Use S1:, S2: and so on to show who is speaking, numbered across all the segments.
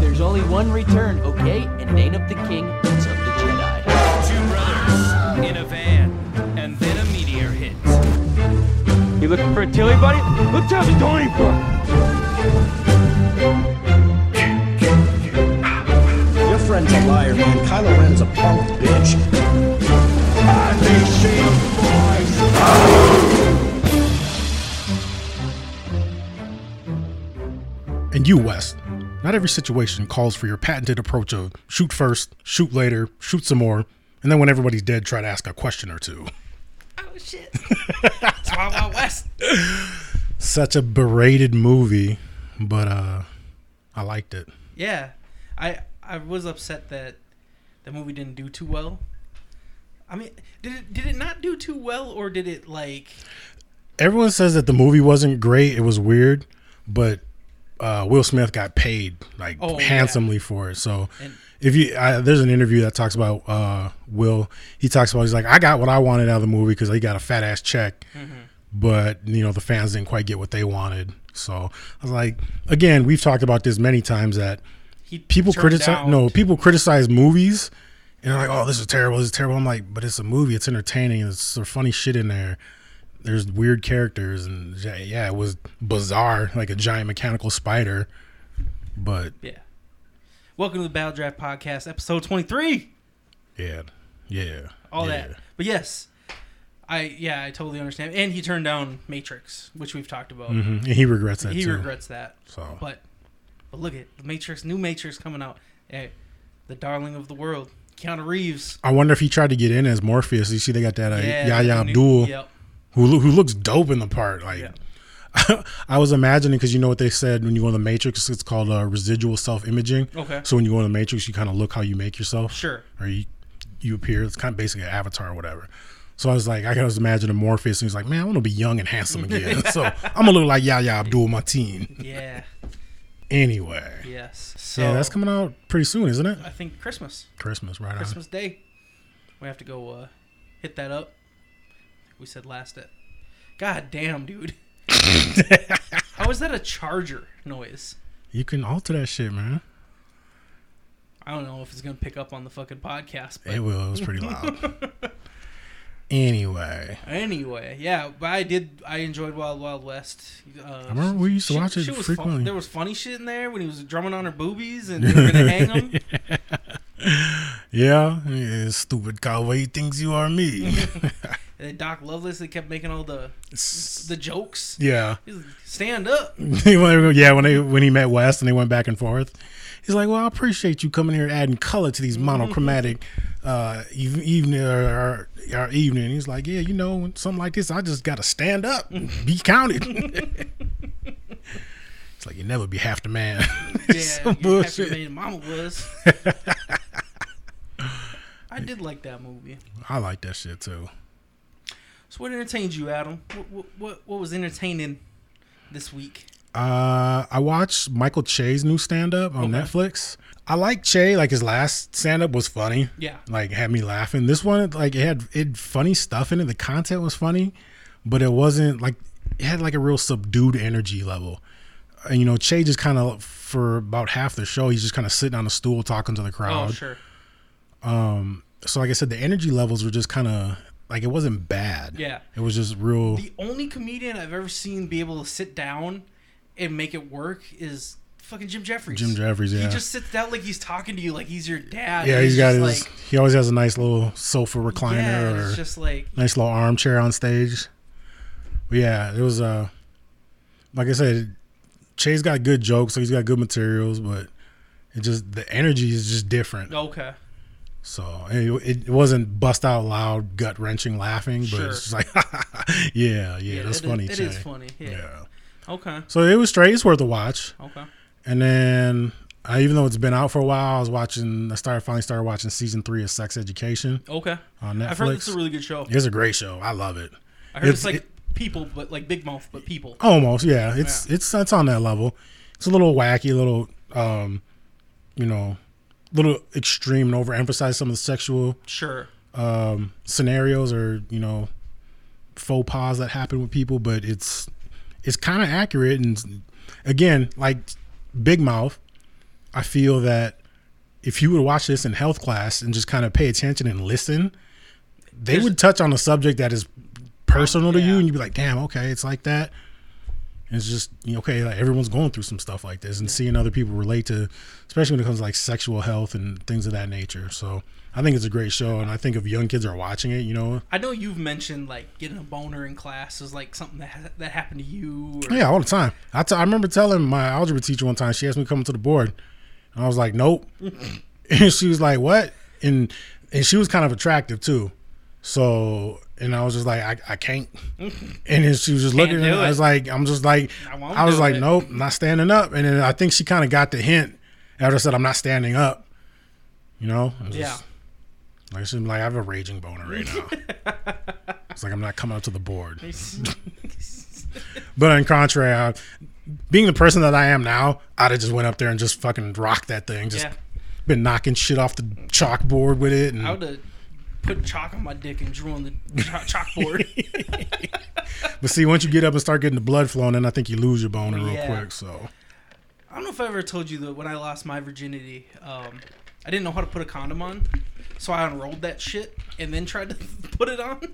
S1: There's only one return, okay? And it ain't of the king, it's of the Jedi.
S2: Two brothers in a van, and then a meteor hits.
S3: You looking for a Tilly, buddy? Look down the Donny Brook.
S4: Your friend's a liar, man. Kylo Ren's a punk bitch.
S5: And you, West, not every situation calls for your patented approach of shoot first, shoot later, shoot some more, and then when everybody's dead, try to ask a question or two.
S6: Oh shit. it's Wild Wild West.
S5: Such a berated movie, but uh, I liked it.
S6: Yeah, I I was upset that the movie didn't do too well. I mean, did it did it not do too well, or did it like?
S5: Everyone says that the movie wasn't great; it was weird, but uh, Will Smith got paid like
S6: Oh, yeah.
S5: handsomely for it. So,
S6: And-
S5: if you I, there's an interview that talks about uh, Will, he talks about he's like, I got what I wanted out of the movie because he got a fat ass check,
S6: Mm-hmm.
S5: but you know the fans didn't quite get what they wanted. So I was like, again, we've talked about this many times that
S6: He
S5: people
S6: turned
S5: criticize
S6: down-
S5: no people criticize movies and they're like oh this is terrible this is terrible i'm like but it's a movie it's entertaining there's some funny shit in there there's weird characters and yeah, yeah it was bizarre like a giant mechanical spider but
S6: Yeah. Welcome to the Battle Draft Podcast, episode twenty three.
S5: yeah yeah
S6: All
S5: yeah.
S6: that, but yes, I yeah I totally understand. And he turned down Matrix, which we've talked about.
S5: Mhm. and he regrets that
S6: He
S5: too
S6: regrets that.
S5: so
S6: But but look at the Matrix, new Matrix coming out. Hey, the darling of the world, Keanu Reeves.
S5: i wonder if he tried to get in as morpheus you see they got that uh, yaya
S6: the new-
S5: abdul
S6: Yep.
S5: who lo- who looks dope in the part. Like,
S6: Yeah.
S5: I was imagining because you know what they said when you go in the Matrix, it's called uh, residual self imaging.
S6: Okay.
S5: So when you go in the Matrix, you kind of look how you make yourself.
S6: Sure.
S5: Or you, you appear. It's kind of basically an avatar or whatever. So I was like, I can just imagine a Morpheus, and he's like, "Man, I want to be young and handsome again. so I'm gonna look like Yahya Abdul Mateen."
S6: Yeah.
S5: Anyway,
S6: Yes. So
S5: yeah, that's coming out pretty soon, isn't it?
S6: I think Christmas,
S5: Christmas, right?
S6: Christmas Day. We have to go uh, hit that up. We said last it. God damn, dude. How is that a charger noise?
S5: On. You can alter that shit, man.
S6: I don't know if it's gonna pick up on the fucking podcast, but
S5: It will. It was pretty loud. anyway.
S6: Anyway, yeah, but I did. I enjoyed Wild Wild West. Uh,
S5: I remember we used to watch it
S6: was
S5: frequently.
S6: Fun. There was funny shit in there when he was drumming on her boobies and they were gonna hang him.
S5: Yeah, yeah, stupid cowboy thinks you are me.
S6: And then Doc Lovelace, they kept making all the the jokes.
S5: yeah,
S6: He's like, stand up.
S5: yeah. When they when he met West and they went back and forth, he's like, "Well, I appreciate you coming here and adding color to these
S6: Mm-hmm.
S5: monochromatic uh, eve- evening or, or, or evening." He's like, "Yeah, you know, when something like this, I just gotta stand up, and be counted." it's like you never be half the man.
S6: Yeah,
S5: It's some
S6: you have to
S5: bullshit.
S6: be mama was. I did like that movie.
S5: I like that shit too.
S6: So what entertained you, Adam? What what what, what was entertaining this week?
S5: Uh, I watched Michael Che's new stand up on
S6: Okay.
S5: Netflix. I like Che. Like his last stand up was funny.
S6: Yeah.
S5: Like had me laughing. This one, like it had it funny stuff in it. The content was funny, but it wasn't like it had like a real subdued energy level. And you know, Che just kind of for about half the show, he's just kind of sitting on a stool talking to the
S6: Oh,
S5: crowd.
S6: sure.
S5: So like I said, the energy levels were just kind of like it wasn't bad.
S6: Yeah.
S5: It was just real.
S6: The only comedian I've ever seen be able to sit down and make it work is fucking Jim Jeffries.
S5: Jim Jeffries, yeah.
S6: He just sits down like he's talking to you, like he's your dad.
S5: yeah,
S6: and
S5: he's got his.
S6: just like,
S5: he always has a nice little sofa recliner.
S6: yeah, and
S5: or,
S6: it's just like
S5: nice little armchair on stage. But yeah, it was uh like I said, Che's got good jokes, so he's got good materials, but it just the energy is just different.
S6: okay,
S5: So it, it- it wasn't bust out loud, gut wrenching laughing, but it's just
S6: Sure.
S5: like, yeah, yeah, that's
S6: it is-
S5: funny.
S6: It is
S5: Che.
S6: funny. Yeah.
S5: Yeah.
S6: Okay.
S5: So it was straight. It's worth a watch.
S6: Okay.
S5: And then, I, even though it's been out for a while, I was watching. I started finally started watching season three of Sex Education
S6: Okay.
S5: on Netflix.
S6: I've heard it's a really good show.
S5: it's a great show. I love it.
S6: I heard it's,
S5: it's-
S6: like
S5: it- Oh.
S6: people, but like big mouth, but people.
S5: Almost, yeah. It's
S6: Yeah.
S5: it's it's on that level. It's a little wacky, a little um, you know, little extreme and overemphasize some of the sexual
S6: Sure.
S5: um scenarios or, you know, faux pas that happen with people, but it's it's kind of accurate and again, like Big Mouth I feel that if you would watch this in health class and just kind of pay attention and listen, they
S6: There's-
S5: would touch on a subject that is personal to
S6: Yeah.
S5: you, and you'd be like, "Damn, okay, it's like that." And It's just you know, okay. Like everyone's going through some stuff like this, and seeing other people relate to, especially when it comes to like sexual health and things of that nature. So I think it's a great show, and I think if young kids are watching it, you know,
S6: I know you've mentioned like getting a boner in class is like something that ha- that happened to you. Or,
S5: Oh, Yeah, all the time. I, t- I remember telling my algebra teacher one time, she asked me to come to the board. And I was like, nope. and she was like, what? And and she was kind of attractive too. So, and I was just like, I, I can't. and then she was just looking at
S6: do
S5: me. I
S6: it.
S5: was like, I'm just like,
S6: I
S5: I,
S6: won't
S5: was
S6: do
S5: like,
S6: it.
S5: nope, not standing up. And then I think she kind of got the hint after I said, I'm not standing up. You know? It was
S6: Yeah.
S5: just- Like, she's like, I have a raging boner right now. it's like, I'm not coming up to the board. But in contrary, I, being the person that I am now, I'd have just went up there and just fucking rocked that thing. Just
S6: yeah.
S5: been knocking shit off the chalkboard with it,
S6: I
S5: and
S6: would have put chalk on my dick and drew on the chalk- chalkboard.
S5: but see, once you get up and start getting the blood flowing, then I think you lose your boner real
S6: Yeah.
S5: quick. So
S6: I don't know if I ever told you that when I lost my virginity, um, I didn't know how to put a condom on, so I unrolled that shit and then tried to put it on.
S5: Uh-huh.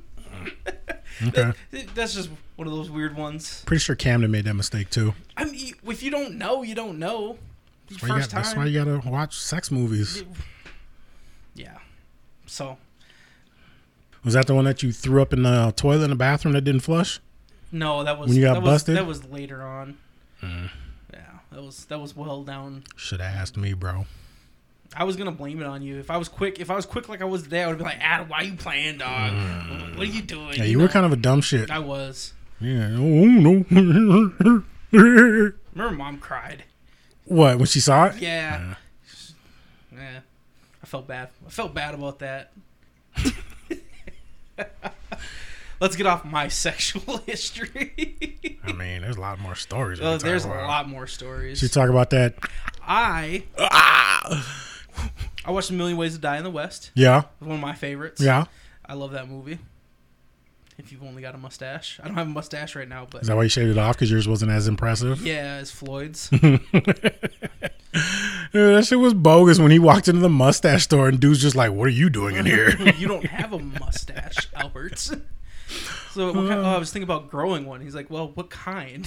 S5: okay,
S6: Th- That's just one of those weird ones.
S5: pretty sure Camden made that mistake too.
S6: I mean, y- if you don't know, you don't know. Your
S5: Why you
S6: First
S5: got- that's why
S6: time,
S5: you gotta watch sex movies.
S6: yeah. So
S5: Was that the one that you threw up in the uh, toilet in the bathroom that didn't flush?
S6: no, that was
S5: When you got
S6: that
S5: busted? Mm.
S6: Was, that was later on. Yeah, that was that was well down.
S5: Should have asked me, bro.
S6: I was gonna blame it on you. If I was quick, if I was quick like I was there, I would be like, Adam, why you playing, dog? What are you doing?
S5: Mm. Yeah, you were kind of a dumb shit.
S6: I was.
S5: Yeah. Oh no.
S6: Remember, mom cried.
S5: what when she saw it?
S6: Yeah. Yeah. I felt bad. I felt bad about that. Let's get off my sexual history.
S5: I mean, there's a lot more stories. we
S6: Oh,
S5: could talk
S6: there's a
S5: about.
S6: lot more stories.
S5: You talk about that.
S6: I I watched A Million Ways to Die in the West.
S5: Yeah.
S6: One of my favorites.
S5: Yeah.
S6: I love that movie. If you've only got a mustache, I don't have a mustache right now, but
S5: Is that why you shaved it off? Because yours wasn't as impressive?
S6: yeah, it's Floyd's.
S5: Dude, that shit was bogus when he walked into the mustache store and dude's just like, what are you doing in here?
S6: you don't have a mustache, Albert. So what kind, oh, I was thinking about growing one. He's like, well, what kind?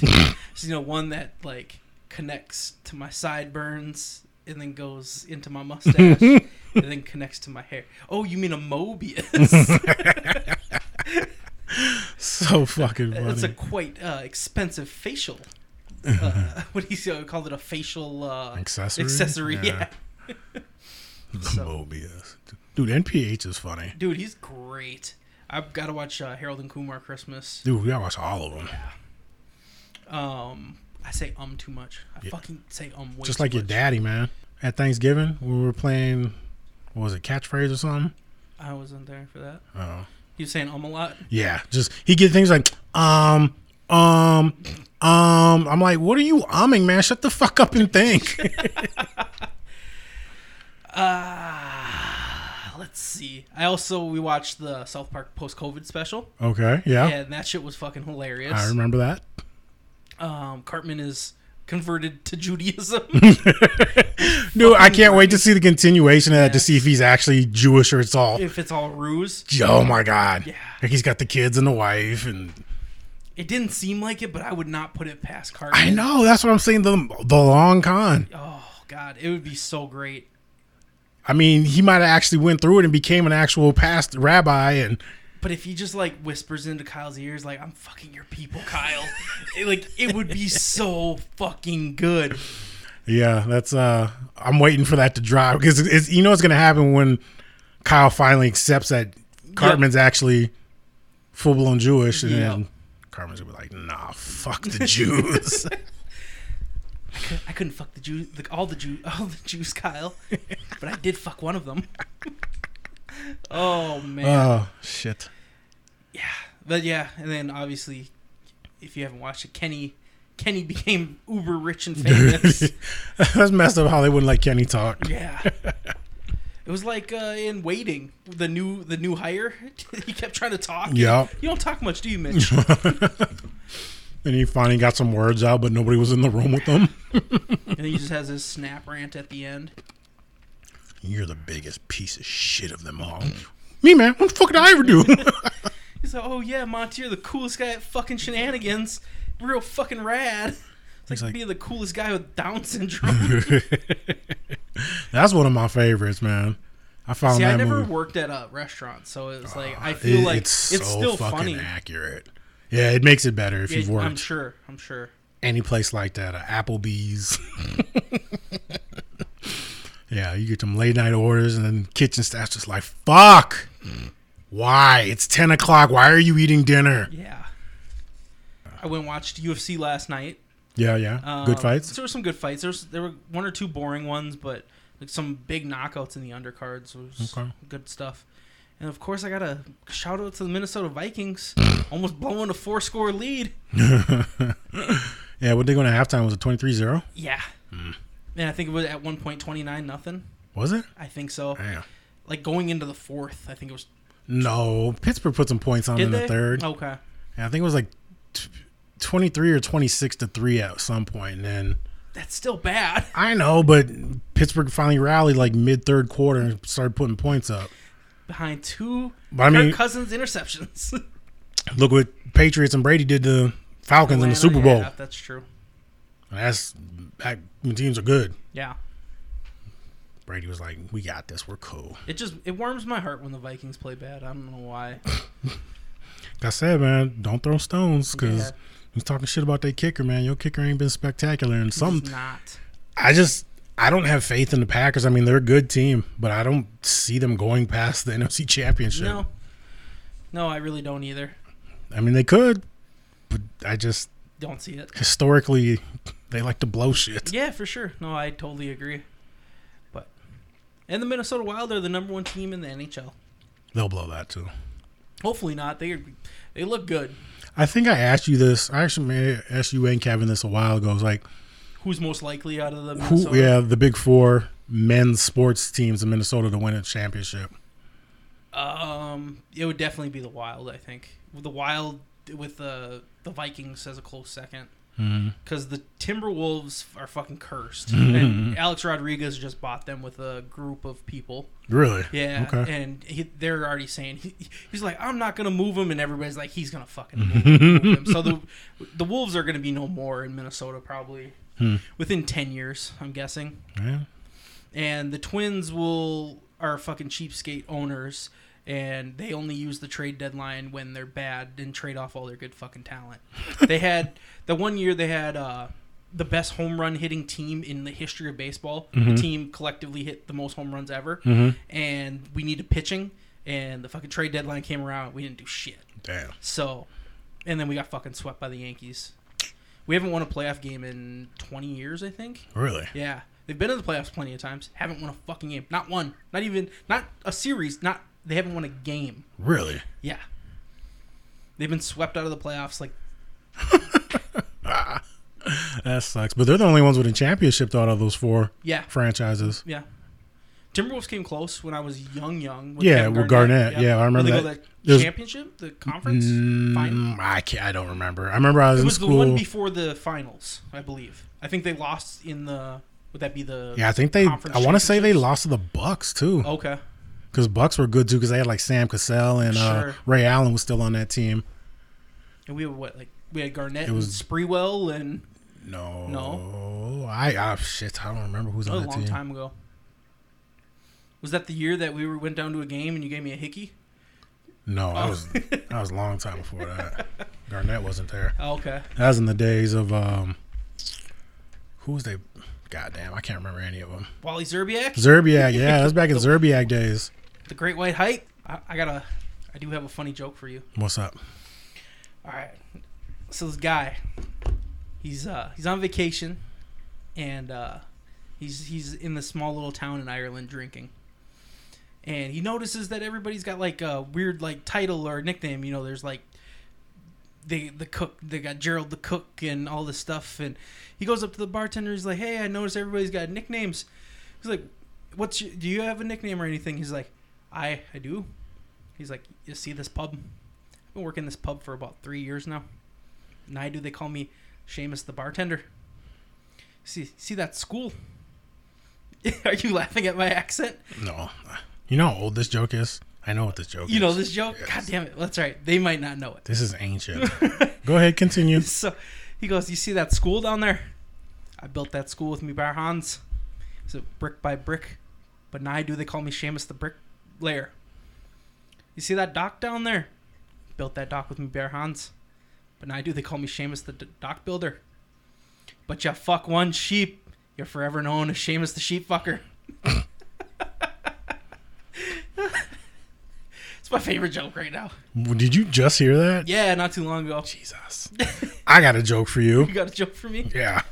S6: so, you know, one that like connects to my sideburns and then goes into my mustache and then connects to my hair. Oh, you mean a Mobius?
S5: so fucking funny.
S6: That's a quite uh, expensive facial. Uh, what do you uh, called it? A facial uh,
S5: Accessory?
S6: Accessory, yeah.
S5: Yeah. Mobius. Dude, NPH is funny.
S6: dude, he's great. I've got to watch uh, Harold and Kumar Christmas.
S5: Dude, we gotta watch all of them.
S6: Um, I say um too much. I fucking say um way
S5: just
S6: too
S5: like your
S6: much.
S5: daddy, man. At Thanksgiving, when we were playing, what was it, catchphrase or something?
S6: I wasn't there for that.
S5: Oh.
S6: You saying um a lot?
S5: Yeah, just he get things like um, um, um. I'm like, what are you umming, man? Shut the fuck up and think.
S6: Ah, Let's see. I also we watched the South Park post COVID special.
S5: okay, yeah,
S6: And that shit was fucking hilarious.
S5: I remember that.
S6: Um Cartman is converted to Judaism.
S5: Dude, I can't wait to see the continuation of that to
S6: Yeah.
S5: see if he's actually Jewish or it's all.
S6: if it's all ruse.
S5: Oh my god!
S6: Yeah.
S5: Like he's got the kids and the wife, and
S6: It didn't seem like it, but I would not put it past Cartman.
S5: I know that's what I'm saying. The the long con.
S6: Oh god, it would be so great.
S5: I mean, he might have actually went through it and became an actual past rabbi, and
S6: But if he just like whispers into Kyle's ears, like "I'm fucking your people, Kyle," it, like it would be so fucking good.
S5: yeah, that's uh, I'm waiting for that to drop because it's, you know what's gonna happen when Kyle finally accepts that Cartman's actually full blown Jewish, and then
S6: Yep.
S5: Cartman's gonna be like, nah, fuck the Jews.
S6: I couldn't fuck the Jew, the, all the Jew, all the Jews, Kyle, but I did fuck one of them. oh man,
S5: oh shit.
S6: but yeah, and then obviously, if you haven't watched it, Kenny, Kenny became uber rich and famous.
S5: That's messed up how they wouldn't let Kenny talk.
S6: yeah, it was like uh, in Waiting, the new the new hire. he kept trying to talk.
S5: Yep.
S6: you don't talk much, do you, Mitch?
S5: And he finally got some words out, but nobody was in the room with him.
S6: and he just has his snap rant at the end.
S5: You're the biggest piece of shit of them all. Me, man. What the fuck did I ever do?
S6: He's like, "Oh yeah, Monty, you're the coolest guy at fucking shenanigans. Real fucking rad." It's like,
S5: like-
S6: being the coolest guy with Down syndrome.
S5: That's one of my favorites, man. I found
S6: See,
S5: that
S6: I never
S5: movie.
S6: worked at a restaurant, so it was like I feel
S5: Ah, It-
S6: like
S5: it's,
S6: it's,
S5: so
S6: still
S5: fucking
S6: funny.
S5: accurate. Yeah, it makes it better if
S6: Yeah,
S5: you've worked
S6: I'm sure. I'm sure.
S5: any place like that, uh, Applebee's. yeah, you get them late night orders, and then kitchen staff's just like, "Fuck, why? It's ten o'clock. Why are you eating dinner?"
S6: Yeah. I went and watched UFC last night.
S5: Yeah, yeah, good
S6: Um,
S5: fights.
S6: There were some good fights. There was there were one or two boring ones, but like some big knockouts in the undercards was
S5: Okay.
S6: good stuff. And of course, I got to shout out to the Minnesota Vikings, almost blowing a four score lead.
S5: Yeah, what they going to halftime was a 23-0?
S6: Yeah.
S5: Hmm.
S6: And I think it was at one point twenty nine nothing.
S5: Was it?
S6: I think so.
S5: Damn.
S6: Like going into the fourth, I think it was.
S5: No, Pittsburgh put some points on
S6: Did
S5: in
S6: they? Oh.
S5: the third.
S6: Okay.
S5: Yeah, I think it was like t- 23 or 26 to 3 at some point and then
S6: That's still bad.
S5: I know, but Pittsburgh finally rallied like mid third quarter and started putting points up.
S6: Behind two
S5: But I
S6: Kirk
S5: mean,
S6: Cousins interceptions.
S5: look what Patriots and Brady did to Falcons in
S6: Atlanta,
S5: the Super Bowl.
S6: yeah, that's true.
S5: That's that, when teams are good.
S6: Yeah.
S5: Brady was like, "We got this. We're cool."
S6: It just it warms my heart when the Vikings play bad. I don't know why.
S5: Like I said, man, don't throw stones because
S6: Yeah.
S5: he's talking shit about that kicker, man. Your kicker ain't been spectacular, and some
S6: It's not.
S5: I just I don't have faith in the Packers. I mean, they're a good team, but I don't see them going past the NFC Championship.
S6: No. No, I really don't either.
S5: I mean, they could, but I just
S6: Don't see it.
S5: historically they like to blow shit.
S6: Yeah, for sure. No, I totally agree. But and the Minnesota Wild are the number one team in the NHL.
S5: They'll blow that too.
S6: Hopefully not. They they look good.
S5: I think I asked you this. I actually may- asked you and Kevin this a while ago. It was like,
S6: Who's most likely out of the
S5: who?
S6: Minnesota?
S5: Yeah, the big four men's sports teams in Minnesota to win a championship.
S6: Um, it would definitely be the Wild. I think the Wild with the the Vikings as a close second.
S5: Mm-hmm.
S6: Because the Timberwolves are fucking cursed, and Alex Rodriguez just bought them with a group of people.
S5: Really?
S6: Yeah,
S5: Okay.
S6: and he, they're already saying he, he's like, I'm not gonna move him, and everybody's like, he's gonna fucking move him. move him." So the the Wolves are gonna be no more in Minnesota probably within ten years, I'm guessing.
S5: Yeah.
S6: And the Twins will are fucking cheapskate owners, and they only use the trade deadline when they're bad and trade off all their good fucking talent. they had the one year they had. uh the best home run hitting team in the history of baseball. The team collectively hit the most home runs ever, and we needed pitching. And the fucking trade deadline came around. We didn't do shit.
S5: Damn.
S6: So, and then we got fucking swept by the Yankees. We haven't won a playoff game in 20 years, I think.
S5: Really?
S6: Yeah, they've been in the playoffs plenty of times. Haven't won a fucking game. Not one. Not even. Not a series. Not. They haven't won a game.
S5: Really?
S6: Yeah. They've been swept out of the playoffs like
S5: That sucks. But they're the only ones with a championship out of those four
S6: yeah.
S5: franchises.
S6: Yeah. Timberwolves came close when I was young, young. with
S5: Yeah,
S6: Kevin
S5: with Garnett. Yeah, I
S6: When
S5: remember
S6: they
S5: that.
S6: Go to the
S5: There's-
S6: championship, the conference final.
S5: Mm, I can't, I don't remember. I remember I was
S6: It
S5: in
S6: was the
S5: school.
S6: one before the finals, I believe. I think they lost in the. Would that be the?
S5: yeah, I think they.
S6: conference
S5: I want to say they
S6: championships? Oh.
S5: lost to the Bucks too.
S6: Okay.
S5: because Bucks were good too because they had like Sam Cassell and uh,
S6: Sure.
S5: Ray Allen was still on that team.
S6: And we had what like we had Garnett
S5: It was-
S6: and Spreewell and
S5: No,
S6: No.
S5: I, I shit, I don't remember who's
S6: that
S5: on
S6: was a
S5: that
S6: long
S5: team.
S6: time ago. Was that the year that we were, went down to a game and you gave me a hickey?
S5: No,
S6: Oh.
S5: that was that was a long time before that. Garnett wasn't there.
S6: Oh, okay.
S5: That was in the days of um, who was they? Goddamn, I can't remember any of them.
S6: Wally Zerbiak,
S5: Zerbiak, yeah, that was back in Zerbiak days.
S6: the Great White Hype. I, I gotta. I do have a funny joke for you.
S5: What's up?
S6: All right. So this guy, he's uh he's on vacation, and uh, he's he's in this small little town in Ireland drinking, and he notices that everybody's got like a weird like title or nickname. You know, there's like they the cook they got Gerald the cook and all this stuff, and he goes up to the bartender. He's like, hey, I notice everybody's got nicknames. He's like, what's your, do you have a nickname or anything? He's like, I I do. He's like, you see this pub? I've been working this pub for about three years now. Naidu, they call me Seamus the bartender. See, see that school? Are you laughing at my accent?
S5: No, you know how old this joke is. I know what this joke.
S6: You know
S5: is.
S6: this joke? God damn it! That's right. They might not know it.
S5: This is ancient. Go ahead, continue.
S6: So he goes, "You see that school down there? I built that school with me bare hands. So brick by brick, but now I do. They call me Seamus the Brick Layer. You see that dock down there? Built that dock with me bare hands, but now I do. They call me Seamus the D- Dock Builder. But you fuck one sheep, you're forever known as Seamus the Sheep Fucker." it's my favorite joke right now.
S5: Did you just hear that?
S6: Yeah, not too long ago.
S5: Jesus, I got a joke for you.
S6: You got a joke for me?
S5: Yeah.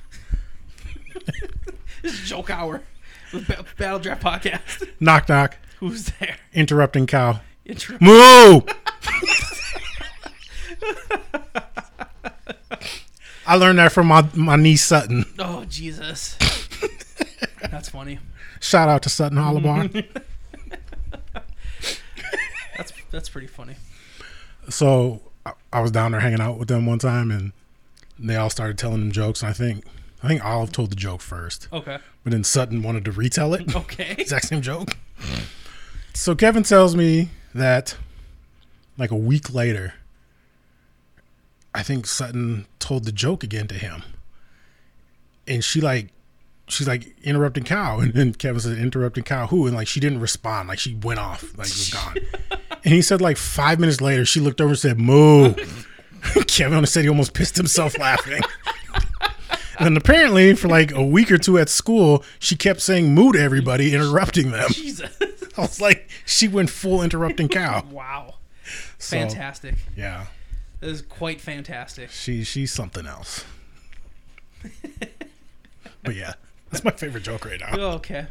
S6: This is joke hour with ba- Battle Draft Podcast.
S5: Knock knock.
S6: Who's there?
S5: Interrupting cow.
S6: Intro-
S5: Moo. I learned that from my my niece Sutton.
S6: oh Jesus, that's funny.
S5: Shout out to Sutton Hollabar.
S6: That's that's pretty funny.
S5: so I, I was down there hanging out with them one time, and they all started telling them jokes. And I think I think Olive told the joke first,
S6: Okay,
S5: but then Sutton wanted to retell it.
S6: okay.
S5: exact same joke. So Kevin tells me that like a week later, I think Sutton told the joke again to him. And she like she's like interrupting cow and then Kevin said interrupting cow who and like she didn't respond. Like she went off, like was gone. and he said like five minutes later, she looked over and said, Moo. Kevin said he almost pissed himself laughing. And apparently, for like a week or two at school, she kept saying "moo" to everybody, interrupting them.
S6: Jesus,
S5: I was like, she went full interrupting cow.
S6: wow,
S5: So,
S6: fantastic.
S5: yeah,
S6: That is quite fantastic.
S5: she she's something else. but yeah, that's my favorite joke right now.
S6: Okay,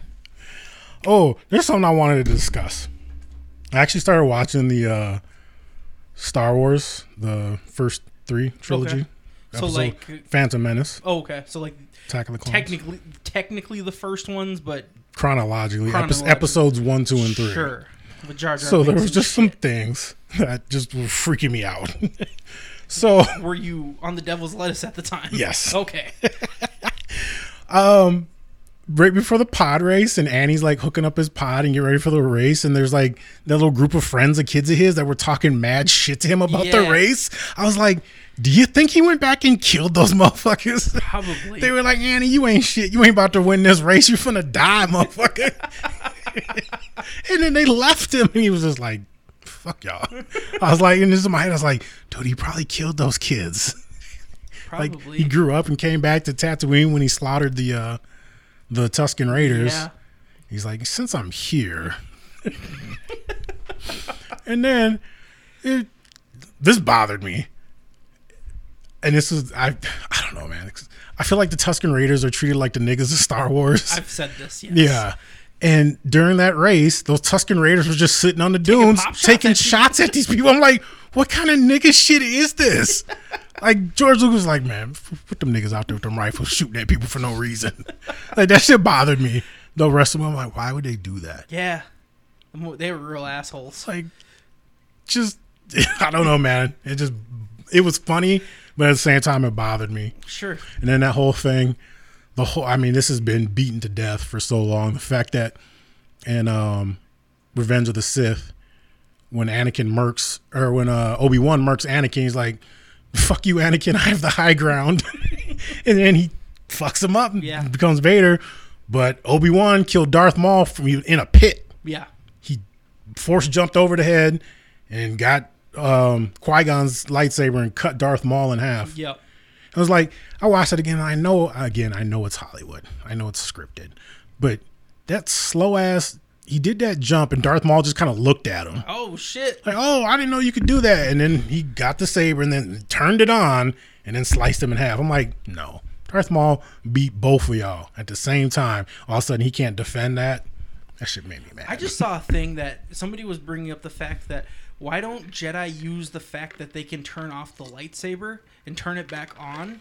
S5: Oh, there's something I wanted to discuss. I actually started watching the uh, Star Wars, the first three trilogy.
S6: Okay. So,
S5: Episode-
S6: like- uh,
S5: Phantom Menace,
S6: oh, okay. So like
S5: Attack of the Clones,
S6: technically, technically the first ones, but
S5: chronologically, epi-
S6: Chronologically.
S5: episodes one, two, and three.
S6: sure. With Jar Jar
S5: So there
S6: Binks
S5: was
S6: and
S5: just some
S6: shit.
S5: things that just were freaking me out. so
S6: Were you on the Devil's Lettuce at the time?
S5: Yes.
S6: Okay.
S5: right before the pod race, and Annie's like hooking up his pod and get ready for the race, and there's like that little group of friends of kids of his that were talking mad shit to him about the
S6: Yeah.
S5: race. I was like, do you think he went back and killed those motherfuckers?
S6: Probably.
S5: They were like, Annie, you ain't shit. You ain't about to win this race. You're finna die, motherfucker. and then they left him, and he was just like, fuck y'all. I was like, and this is my head. I was like, dude, he probably killed those kids.
S6: Probably.
S5: Like he grew up and came back to Tatooine when he slaughtered the uh, the Tuscan Raiders.
S6: yeah.
S5: He's like, since I'm here, and then it, this bothered me. And this is I I don't know, man. It's- I feel like the Tuscan Raiders are treated like the niggas of Star Wars.
S6: I've said this. Yes.
S5: yeah. And during that race, those Tuscan Raiders were just sitting on the dunes
S6: pop shots
S5: taking
S6: at people.
S5: shots at these people. I'm like, what kind of nigga shit is this? like George Lucas was like, man, f- put them niggas out there with them rifles shooting at people for no reason. like that shit bothered me. The rest of them, I'm like, why would they do that?
S6: Yeah. The mo- They were real assholes.
S5: Like, just I don't know, man. It just it was funny, but at the same time, it bothered me.
S6: Sure.
S5: And then that whole thing, the whole I mean, this has been beaten to death for so long. The fact that and um Revenge of the Sith, when Anakin murks or when uh Obi Wan murks Anakin, he's like, Fuck you, Anakin, I have the high ground and then he fucks him up and
S6: Yeah.
S5: becomes Vader. But Obi Wan killed Darth Maul from in a pit.
S6: Yeah.
S5: He force jumped over the head and got um Qui Gon's lightsaber and cut Darth Maul in half.
S6: Yep.
S5: I was like, I watched it again. And I know, again, I know it's Hollywood. I know it's scripted, but that slow ass. He did that jump, and Darth Maul just kind of looked at him
S6: Oh shit.
S5: like, "Oh, I didn't know you could do that." And then he got the saber and then turned it on and then sliced him in half. I'm like, "No, Darth Maul beat both of y'all at the same time. All of a sudden, he can't defend that. That shit made me mad."
S6: I just saw a thing that somebody was bringing up the fact that why don't Jedi use the fact that they can turn off the lightsaber and turn it back on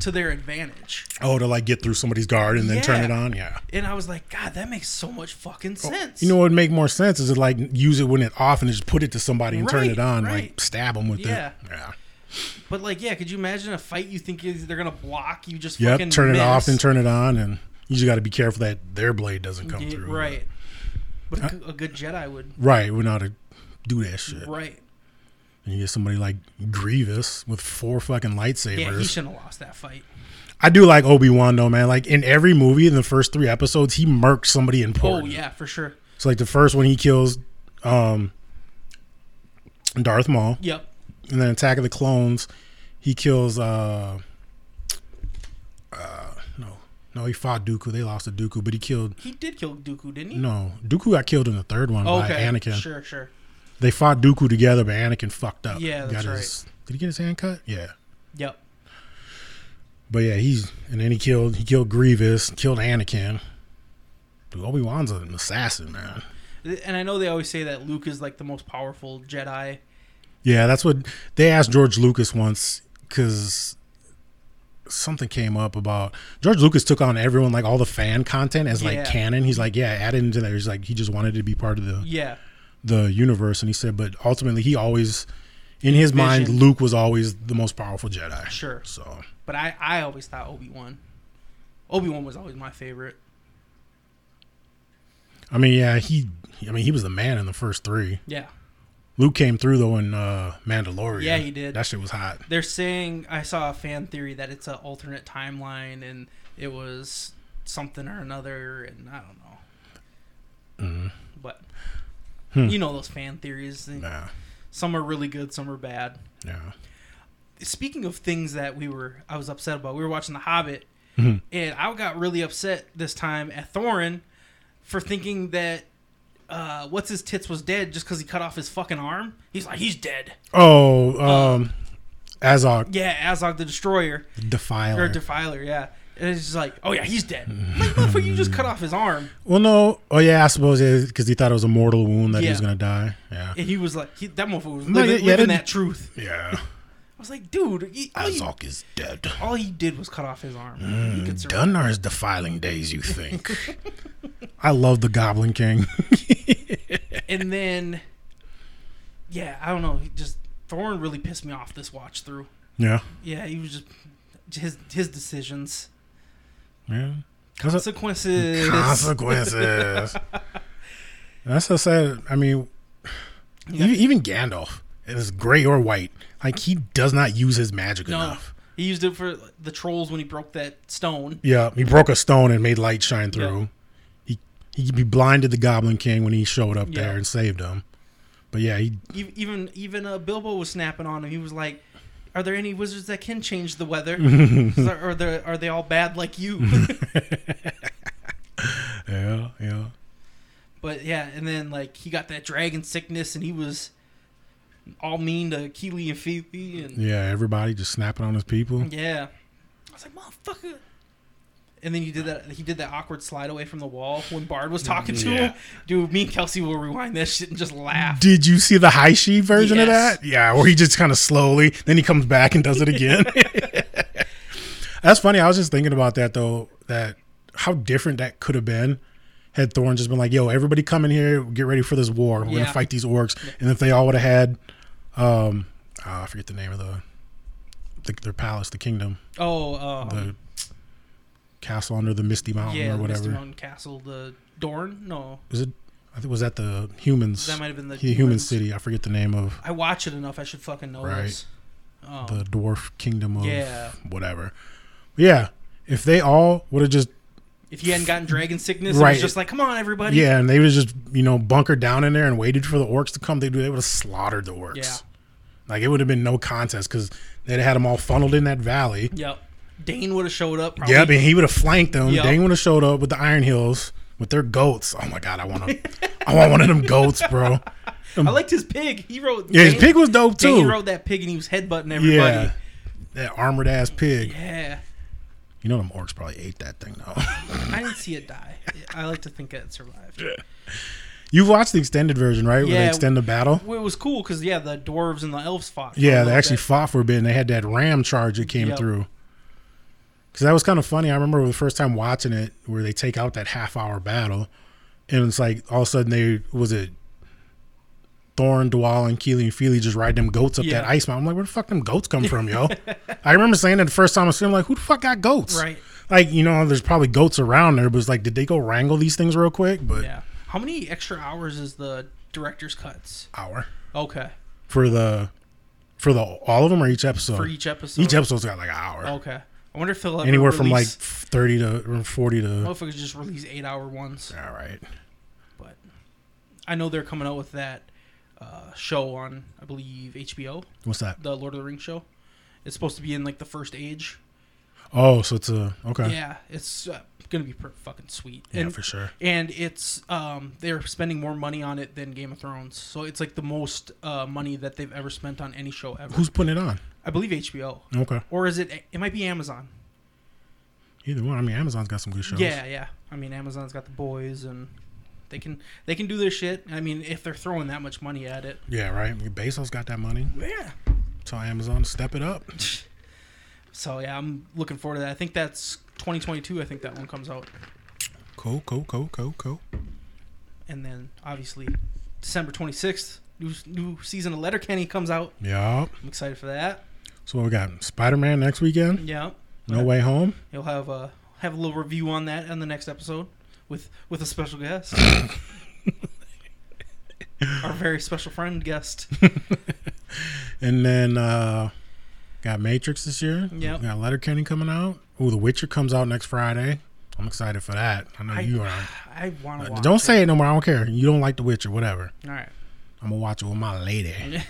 S6: to their advantage?
S5: oh to like get through somebody's guard and then turn
S6: Yeah.
S5: it on. Yeah.
S6: And I was like, God, that makes so much fucking sense.
S5: Oh, You know what would make more sense is to like use it when it's off and just put it to somebody and turn
S6: Right,
S5: it on,
S6: right.
S5: like stab them with
S6: Yeah.
S5: it. Yeah.
S6: But like, yeah, could you imagine a fight you think is they're gonna block? You just
S5: Yep,
S6: fucking
S5: turn it off
S6: miss?
S5: and turn it on, and you just got to be careful that their blade doesn't come
S6: Yeah,
S5: through.
S6: right. But a g- a good Jedi would
S5: right. We're not to do that shit.
S6: right.
S5: And you get somebody like Grievous with four fucking lightsabers.
S6: Yeah, he shouldn't have lost that fight.
S5: I do like Obi Wan though, man. Like in every movie, in the first three episodes, he murks somebody
S6: Oh
S5: important.
S6: yeah, for sure.
S5: So like the first one, he kills um, Darth Maul,
S6: Yep.
S5: and then Attack of the Clones, he kills. Uh, uh, no, no, he fought Dooku. They lost to Dooku, but he killed.
S6: He did kill Dooku, didn't he?
S5: No, Dooku got killed in the third one by
S6: Okay.
S5: Anakin.
S6: Sure, sure.
S5: They fought Dooku together, but Anakin fucked up.
S6: Yeah, that's
S5: his, Did he get his hand cut? Yeah.
S6: Yep.
S5: But yeah, he's and then he killed he killed Grievous, killed Anakin. Dude, Obi Wan's an assassin, man.
S6: And I know they always say that Luke is like the most powerful Jedi.
S5: Yeah, that's what they asked George Lucas once because something came up about George Lucas took on everyone like all the fan content as like
S6: Yeah.
S5: canon. He's like, yeah, add it into there. He's like, he just wanted to be part of the
S6: Yeah.
S5: the universe, and he said, but ultimately, he always in his mind,
S6: Envisioned.
S5: Luke was always the most powerful Jedi.
S6: Sure.
S5: So
S6: But I, I always thought Obi Wan. Obi Wan was always my favorite.
S5: I mean, yeah, he. I mean, he was the man in the first three.
S6: Yeah.
S5: Luke came through though in uh, Mandalorian.
S6: Yeah, he did.
S5: That shit was hot.
S6: They're saying I saw a fan theory that it's an alternate timeline and it was something or another, and I don't know.
S5: Mm-hmm.
S6: But
S5: Hmm.
S6: you know those fan theories. and
S5: Yeah,
S6: Some are really good, some are bad.
S5: yeah.
S6: Speaking of things that we were, I was upset about. We were watching The Hobbit,
S5: Mm-hmm.
S6: and I got really upset this time at Thorin for thinking that. Uh, what's his tits was dead just because he cut off his fucking arm. He's like, he's dead.
S5: Oh, um, Azog
S6: Yeah, Azog the Destroyer.
S5: Defiler.
S6: or Defiler, yeah. And it's just like, oh yeah, he's dead.
S5: Mm-hmm.
S6: I'm like, motherfucker, you just cut off his arm.
S5: well, no. Oh, yeah. I suppose because he thought it was a mortal wound that he was
S6: Yeah.
S5: gonna die. Yeah.
S6: And he was like, he, that motherfucker was
S5: No,
S6: living,
S5: yeah, yeah,
S6: living
S5: that-
S6: that truth.
S5: yeah.
S6: I was like, dude, he, all, he,
S5: Azog is dead.
S6: all he did was cut off his arm. he could survive.
S5: Mm, Done are his defiling days. You think? I love the Goblin King.
S6: And then, yeah, I don't know. He just Thorne really pissed me off this watch through.
S5: yeah.
S6: Yeah, he was just his his decisions,
S5: Yeah. That's a-
S6: consequences.
S5: consequences. That's so sad. I mean,
S6: Yeah.
S5: e- even Gandalf is gray or white. Like he does not use his magic
S6: no,
S5: enough.
S6: he used it for the trolls when he broke that stone.
S5: Yeah, he broke a stone and made light shine through. He he be blinded the Goblin King when he showed up
S6: Yeah.
S5: there and saved him. But yeah, he
S6: Ev- E-, even even uh, Bilbo was snapping on him. He was like, "Are there any wizards that can change the weather? Is there- are there are they all bad like you?"
S5: yeah yeah.
S6: but yeah, and then like he got that dragon sickness, and he was all mean to Keeley and Feely, and yeah.
S5: Yeah, everybody just snapping on his people.
S6: I was like, "Motherfucker." And then you did that. He did that awkward slide away from the wall when Bard was talking to
S5: Yeah.
S6: him. Dude, me and Kelsey will rewind that shit and just laugh.
S5: Did you see the Haishi version of
S6: Yes.
S5: that? Yeah, where he just kind of slowly, then he comes back and does it again. That's funny. I was just thinking about that though. That how different that could have been had Thorn just been like, "Yo, everybody come in here, get ready for this war. We're
S6: Yeah.
S5: gonna fight these orcs." And if they all would have had, um, ah, I forget the name of the, the their palace, the kingdom,
S6: Oh, um,
S5: the castle under the Misty Mountain
S6: yeah,
S5: or
S6: the
S5: whatever.
S6: Misty Mountain Castle, the Dorn. No,
S5: Is it? I think was that the humans.
S6: That might have been the
S5: human
S6: humans.
S5: city. I forget the name of
S6: I watch it enough. I should fucking know
S5: Right.
S6: this. Um,
S5: the dwarf kingdom of
S6: Yeah.
S5: whatever. Yeah, if they all would have just
S6: if you hadn't gotten dragon sickness, it
S5: Right.
S6: was just like, come on, everybody.
S5: yeah, and they would have just you know bunkered down in there and waited for the orcs to come, they they would have slaughtered the orcs.
S6: Yeah.
S5: Like it would have been no contest because they'd have had them all funneled in that valley.
S6: Yep. Dane would have showed up. Probably.
S5: Yep, and he would have flanked them.
S6: Yep.
S5: They would have showed up with the Iron Hills with their goats. Oh my god, I want to, I want one of them goats, bro.
S6: I liked his pig. He rode.
S5: Yeah, his pig was dope
S6: Dane
S5: too.
S6: rode that pig and he was headbutting
S5: Yeah,
S6: everybody.
S5: that armored ass pig.
S6: Yeah.
S5: You know them orcs probably ate that thing though.
S6: I didn't see it die. I like to think it survived.
S5: You've watched the extended version, right? Where
S6: Yeah.
S5: they extend the battle.
S6: Well, it was cool because yeah, the dwarves and the elves fought. for a
S5: Yeah, they
S6: little
S5: actually
S6: bit.
S5: fought for a bit, and they had that ram charge that came
S6: Yep.
S5: through. Because that was kind of funny. I remember the first time watching it, where they take out that half hour battle, and it's like all of a sudden they was it Thorn, Dwal, and Keely and Feely just ride them goats up
S6: Yeah.
S5: that ice mountain. I'm like, where the fuck them goats come from, yo? I remember saying that the first time I see them, like, who the fuck got goats?
S6: Right.
S5: Like, you know, there's probably goats around there, but it's like, did they go wrangle these things real quick? But
S6: Yeah. How many extra hours is the director's cuts?
S5: hour
S6: Okay.
S5: for the for the all of them or each episode?
S6: For each episode.
S5: Each episode's got like an hour,
S6: Okay. I wonder if they'll ever
S5: anywhere from like
S6: release-
S5: thirty to or forty
S6: I
S5: to.
S6: don't know if we could just release eight hour ones,
S5: All right.
S6: but I know they're coming out with that uh, show on, I believe, HBO,
S5: What's that?
S6: the Lord of the Rings show. It's supposed to be in like the first age.
S5: Oh, so it's a okay.
S6: Yeah, it's uh, gonna be pr fucking sweet.
S5: Yeah,
S6: and,
S5: for sure.
S6: And it's um, they're spending more money on it than Game of Thrones, so it's like the most uh, money that they've ever spent on any show ever.
S5: Who's putting it on?
S6: I believe HBO,
S5: Okay.
S6: or is it? It might be Amazon.
S5: Either one. I mean, Amazon's got some good shows.
S6: Yeah, yeah. I mean, Amazon's got the boys, and they can they can do their shit. I mean, if they're throwing that much money at it,
S5: Yeah, right. Bezos got that money.
S6: yeah.
S5: Tell Amazon to step it up.
S6: So yeah, I'm looking forward to that. I think that's 2022. I think that one comes out,
S5: Cool, cool, cool, cool, cool.
S6: and then obviously December 26th, new new season of Letterkenny comes out.
S5: Yup.
S6: I'm excited for that.
S5: So what we got Spider Man next weekend.
S6: Yeah,
S5: No Way Home.
S6: you'll have a have a little review on that on the next episode with with a special guest. Our very special friend guest.
S5: And then uh got Matrix this year.
S6: Yep.
S5: Got Letterkenny coming out. Ooh, The Witcher comes out next Friday. I'm excited for that. I know
S6: I,
S5: you are.
S6: I want to watch.
S5: Uh, Don't say it no more. I don't care. You don't like The Witcher, whatever.
S6: All right.
S5: I'm gonna watch it with my lady.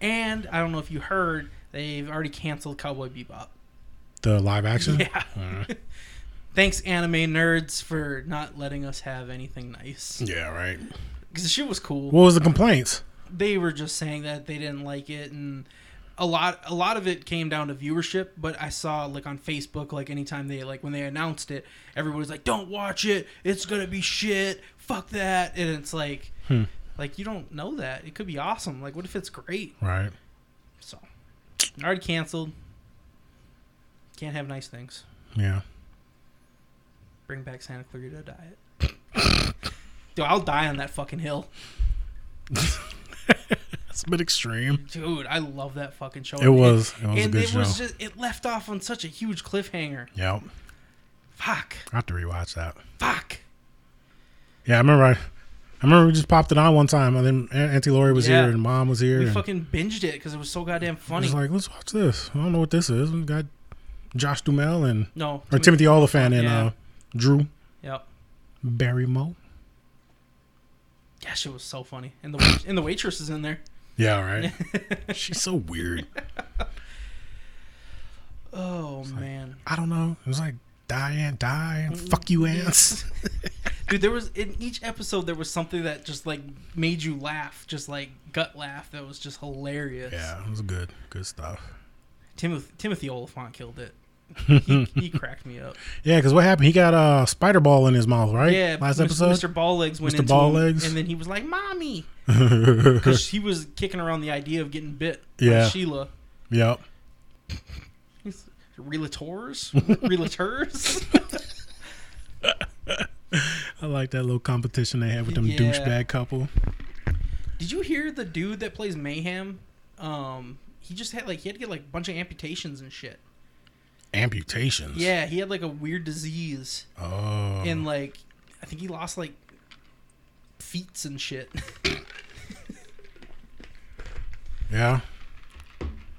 S6: and I don't know if you heard, they've already canceled Cowboy Bebop.
S5: The live action.
S6: Yeah. Thanks, anime nerds, for not letting us have anything nice.
S5: Yeah, right.
S6: Because the shit was cool.
S5: What was the complaints?
S6: they were just saying that they didn't like it, and a lot, a lot of it came down to viewership. But I saw like on Facebook, like anytime they like when they announced it, everyone was like, "Don't watch it. It's gonna be shit. Fuck that." And it's like, like you don't know that it could be awesome. Like, what if it's great?
S5: Right.
S6: So, already canceled. Can't have nice things.
S5: Yeah.
S6: Bring back Santa Clarita Diet. Dude, I'll die on that fucking hill.
S5: That's a bit extreme.
S6: Dude, I love that fucking show.
S5: It was. It was a
S6: and
S5: good
S6: it
S5: show.
S6: was just it left off on such a huge cliffhanger.
S5: yep.
S6: Fuck.
S5: I have to rewatch that.
S6: Fuck.
S5: Yeah, I remember. I, I remember we just popped it on one time, and then Aunt- Auntie Lori was
S6: Yeah.
S5: here and Mom was here.
S6: We
S5: and
S6: fucking binged it because it was so goddamn
S5: I
S6: funny.
S5: was like, let's watch this. I don't know what this is. We got Josh Dumel and
S6: no.
S5: or Timothy Oliphant and
S6: Yeah.
S5: uh, Drew
S6: Yep.
S5: Barrymore.
S6: Gosh, it was so funny. And the wait- and the waitress is in there.
S5: Yeah, right. She's so weird.
S6: Oh man,
S5: I don't know. It was like die Aunt, die and fuck you ants.
S6: dude, there was in each episode there was something that just like made you laugh, just like gut laugh. That was just hilarious.
S5: yeah, it was good. Good stuff.
S6: Timothy, Timothy Oliphant killed it. He, he cracked me up.
S5: Yeah, because what happened? He got a uh, spider ball in his mouth, right?
S6: Yeah,
S5: Last
S6: Mr.
S5: episode.
S6: Mr. Balllegs went
S5: Mr.
S6: into him,
S5: Balllegs.
S6: and then he was like, "Mommy," because he was kicking around the idea of getting bit. by
S5: Yeah.
S6: Sheila.
S5: Yep.
S6: He's- Relators, relators.
S5: I like that little competition they had with them
S6: Yeah.
S5: douchebag couple.
S6: Did you hear the dude that plays Mayhem? Um, he just had like he had to get like a bunch of amputations and shit.
S5: Amputations.
S6: Yeah, he had like a weird disease,
S5: Oh.
S6: and like I think he lost like feet and shit.
S5: yeah.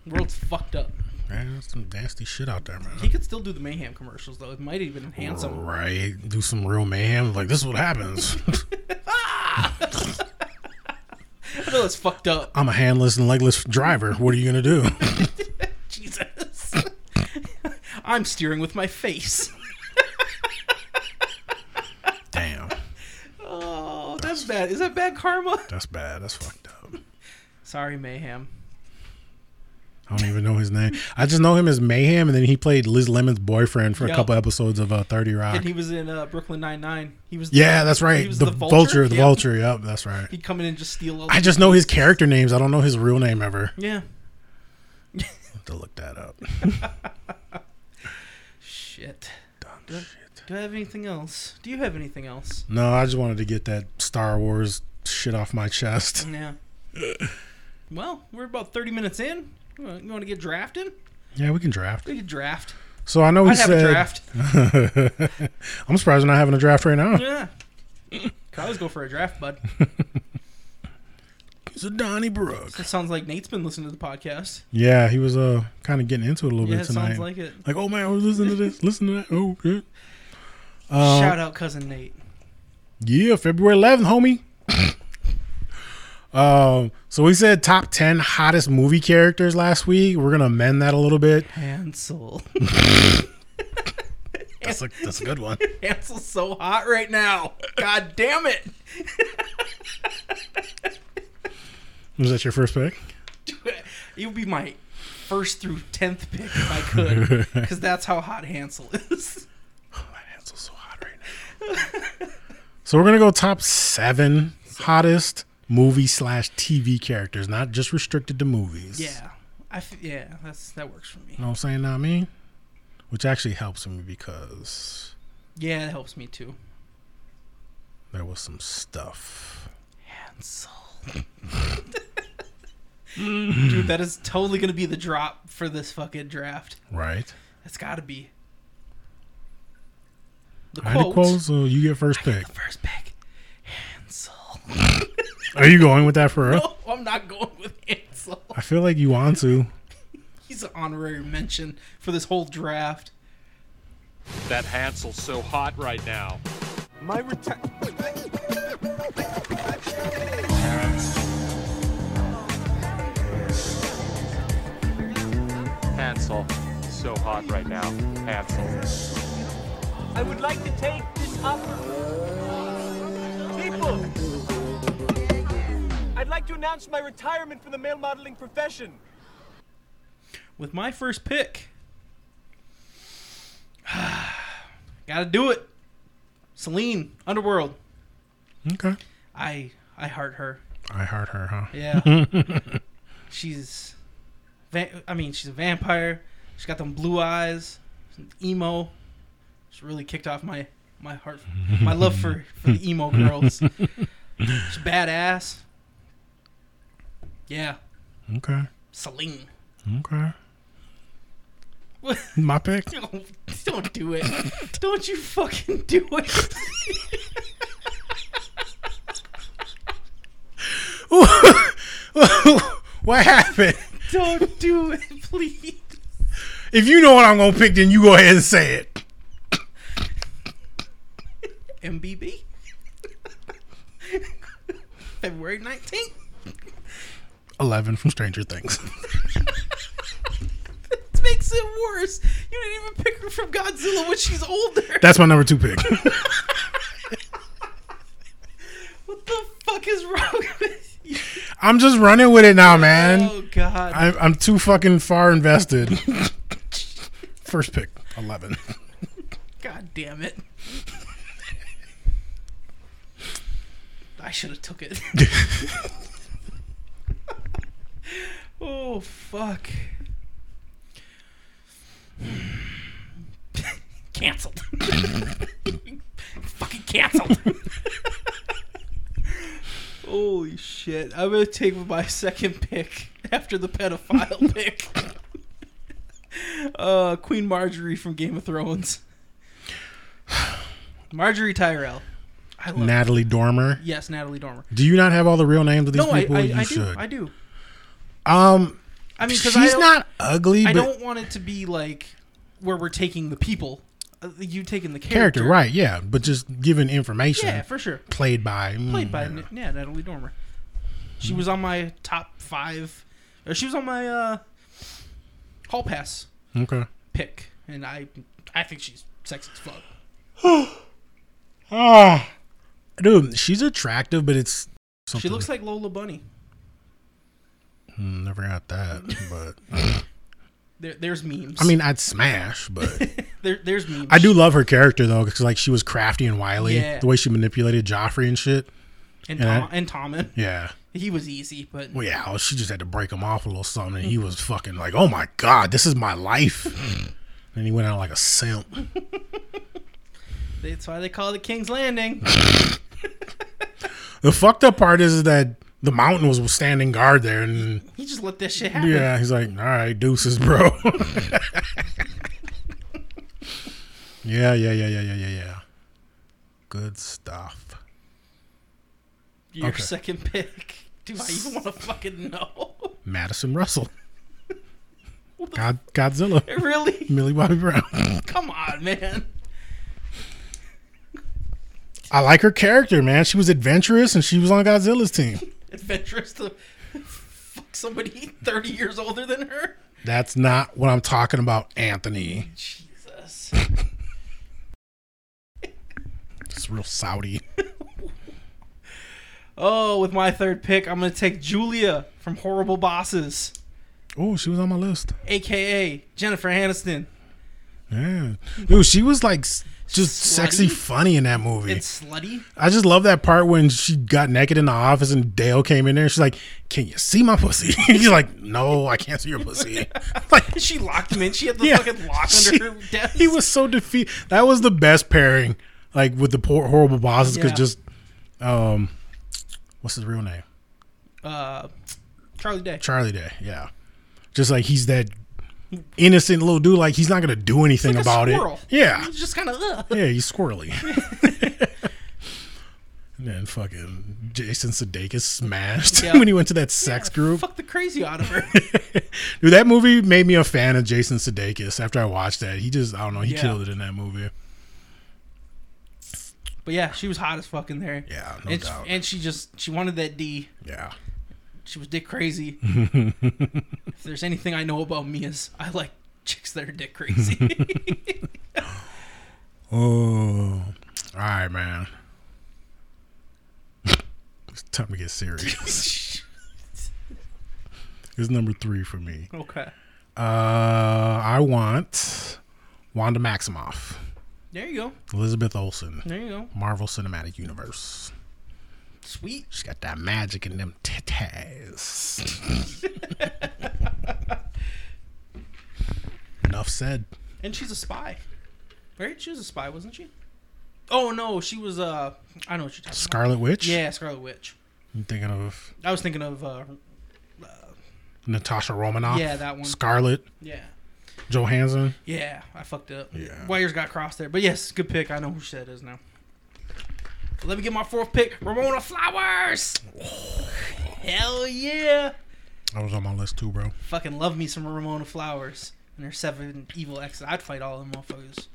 S6: World's fucked up.
S5: Man, there's some nasty shit out there, man.
S6: He could still do the Mayhem commercials though. It might even enhance him.
S5: Right. Do some real mayhem. Like, this is what happens.
S6: I know it's fucked up.
S5: I'm a handless and legless driver. What are you going to do?
S6: Jesus. I'm steering with my face.
S5: Damn.
S6: Oh, that's bad. Is that bad karma?
S5: That's bad. That's fucked up.
S6: Sorry, Mayhem.
S5: I don't even know his name. I just know him as Mayhem, and then he played Liz Lemon's boyfriend for
S6: Yeah.
S5: a couple episodes of uh, 30 Rock.
S6: And he was in uh, Brooklyn Nine Nine. He was
S5: yeah, that's right.
S6: he was
S5: The,
S6: the
S5: vulture?
S6: vulture?
S5: The
S6: Yeah.
S5: vulture. Yep, that's right.
S6: He'd come in and just steal all.
S5: I
S6: the-
S5: just know his character names. I don't know his real name ever.
S6: yeah.
S5: Have to look that up.
S6: Shit.
S5: Dumb
S6: Yeah.
S5: shit.
S6: Do I have anything else? Do you have anything else?
S5: No, I just wanted to get that Star Wars shit off my chest.
S6: Yeah. well, we're about 30 minutes in. You want to get drafting?
S5: Yeah, we can draft.
S6: We could draft.
S5: So I know we
S6: I'd have
S5: said.
S6: a draft.
S5: I'm surprised we're not having a draft right now.
S6: Yeah. Could always go for a draft, bud.
S5: So Donnie Brook.
S6: That sounds like Nate's been listening to the podcast.
S5: Yeah, he was uh kind of getting into it a little
S6: Yeah, it
S5: bit tonight.
S6: sounds like it.
S5: Like, oh man, oh, listen to this, listen to that. Oh, yeah. Oh.
S6: Shout out cousin Nate.
S5: Yeah, February 11th, homie. um, so we said top 10 hottest movie characters last week. We're going to amend that a little bit.
S6: Hansel.
S5: That's a, that's a good one.
S6: Hansel's so hot right now. God damn it.
S5: Was that your first pick?
S6: It would be my first through 10th pick if I could. Because that's how hot Hansel is.
S5: My hands are so hot right now. so we're going to go top seven hottest movie slash TV characters, not just restricted to movies.
S6: Yeah. I f- yeah, that's that works for me.
S5: You know what I'm saying? Know what I mean? Which actually helps me because
S6: Yeah, it helps me too.
S5: there was some stuff.
S6: Hansel. Dude, that is totally gonna be the drop for this fucking draft.
S5: Right?
S6: That's gotta be. The
S5: I had
S6: quote.
S5: quotes, so you get first pick.
S6: First pick. Hansel.
S5: Are you going with that for real?
S6: No, I'm not going with Hansel.
S5: I feel like you want to.
S6: He's an honorary mention for this whole draft.
S7: That Hansel's so hot right now.
S3: My reti-
S7: Hansel, so hot right now. Hansel.
S8: I would like to take this opportunity. People! I'd like to announce my retirement from the male modeling profession.
S6: With my first pick. Gotta do it. Celine, Underworld.
S5: Okay.
S6: I I heart her.
S5: I heard her, huh?
S6: Yeah. she's, va- I mean, she's a vampire. She's got them blue eyes. She's an emo. She really kicked off my my heart, my love for, for the emo girls. she's badass. Yeah,
S5: Okay.
S6: Celine.
S5: Okay.
S6: What?
S5: My pick.
S6: Don't, don't do it. Don't you fucking do it.
S5: what happened?
S6: Don't do it, please.
S5: If you know what I'm gonna pick, then you go ahead and say it.
S6: MBB. February 19th.
S5: Eleven from Stranger Things.
S6: This makes it worse. You didn't even pick her from Godzilla when she's older.
S5: That's my number two pick.
S6: What the fuck is wrong with you?
S5: I'm just running with it now, man.
S6: Oh god.
S5: I'm, I'm too fucking far invested. First pick, eleven.
S6: god damn it. I should have took it. oh fuck. Cancelled. Fucking cancelled. Holy shit. I'm gonna take my second pick after the pedophile pick. uh, Queen Marjorie from Game of Thrones. Marjorie Tyrell. I love
S5: Natalie Dormer.
S6: Yes, Natalie Dormer.
S5: Do you not have all the real names of these
S6: No, I,
S5: people?
S6: I,
S5: you
S6: I do.
S5: should.
S6: I do.
S5: um,
S6: I mean, because
S5: she's
S6: I don't,
S5: not ugly,
S6: I
S5: but
S6: don't want it to be like where we're taking the people, uh, you taking the character,
S5: character, right? Yeah, but just given information.
S6: Yeah, for sure.
S5: played by
S6: Played by
S5: mm,
S6: N- yeah Natalie Dormer. She was on my top five. Or she was on my uh, hall pass
S5: okay.
S6: pick, and I I think she's sexy as fuck.
S5: Ah, dude, she's attractive, but it's something.
S6: She looks like Lola Bunny.
S5: Mm, never got that, but
S6: There, there's memes.
S5: I mean, I'd smash. But
S6: there, there's memes.
S5: I do love her character though, because like she was crafty and wily.
S6: Yeah.
S5: The way she manipulated Joffrey and shit.
S6: And,
S5: and I-
S6: Tom, and Tommen,
S5: Yeah.
S6: he was easy, but
S5: Well, yeah, oh, she just had to break him off a little something. And he was fucking like, "Oh my god, this is my life." and he went out like a simp.
S6: that's why they call it King's Landing.
S5: The fucked up part is that the mountain was standing guard there, and
S6: He just let this shit happen.
S5: yeah, he's like, all right, deuces, bro. yeah, yeah, yeah, yeah, yeah, yeah, yeah. Good stuff.
S6: Your
S5: Okay.
S6: second pick. Do I even want to fucking know?
S5: Madison Russell. God, Godzilla.
S6: really?
S5: Millie Bobby Brown.
S6: Come on, man.
S5: I like her character, man. She was adventurous and she was on Godzilla's team.
S6: Adventurous to fuck somebody 30 years older than her?
S5: That's not what I'm talking about, Anthony.
S6: Jesus.
S5: It's real Saudi.
S6: Oh, with my third pick, I'm going to take Julia from Horrible Bosses,
S5: Oh, she was on my list.
S6: aka Jennifer Aniston.
S5: Yeah. Dude, she was like s- just
S6: Slutty?
S5: sexy funny in that movie.
S6: It's slutty.
S5: I just love that part when she got naked in the office and Dale came in there and she's like, Can you see my pussy? He's like, No, I can't see your pussy. like
S6: She locked him in. She had the
S5: yeah,
S6: fucking lock
S5: she-
S6: under her desk.
S5: He was so defeated. That was the best pairing, like with the poor horrible bosses, because
S6: Yeah.
S5: just um what's his real name?
S6: uh, Charlie Day.
S5: Charlie Day, yeah. Just like he's that innocent little dude, like he's not gonna do anything
S6: Like a
S5: about it.
S6: squirrel.
S5: Yeah.
S6: He's just kind of. Uh.
S5: Yeah, he's squirrely. and then fucking Jason Sudeikis smashed
S6: Yeah.
S5: when he went to that sex group.
S6: Fuck the crazy out of her.
S5: Dude, that movie made me a fan of Jason Sudeikis after I watched that. He just, I don't know, he
S6: Yeah.
S5: killed it in that movie.
S6: But yeah, she was hot as fuck in there.
S5: Yeah, no
S6: and,
S5: doubt.
S6: and she just she wanted that D.
S5: yeah.
S6: She was dick crazy. if there's anything I know about me is I like chicks that are dick crazy.
S5: Oh, all right, man. It's time to get serious. it's number three for me.
S6: okay.
S5: Uh, I want Wanda Maximoff,
S6: There you go.
S5: Elizabeth Olsen,
S6: There you go.
S5: Marvel Cinematic Universe.
S6: Sweet.
S5: She's got that magic in them titties. Enough said.
S6: And she's a spy. Right? She was a spy, wasn't she? Oh no, she was uh I know what you're talking about.
S5: Scarlet Witch.
S6: Yeah, Scarlet Witch.
S5: I'm thinking of
S6: I was thinking of uh
S5: Natasha Romanoff.
S6: Yeah, that one.
S5: Scarlet
S6: yeah.
S5: Johansson.
S6: Yeah, I fucked up.
S5: Yeah.
S6: Wires got crossed there. But yes, good pick. I know who that is now. Let me get my fourth pick, Ramona Flowers. Hell yeah.
S5: I was on my list too, bro.
S6: Fucking love me some Ramona Flowers and her seven evil exes. I'd fight all them motherfuckers.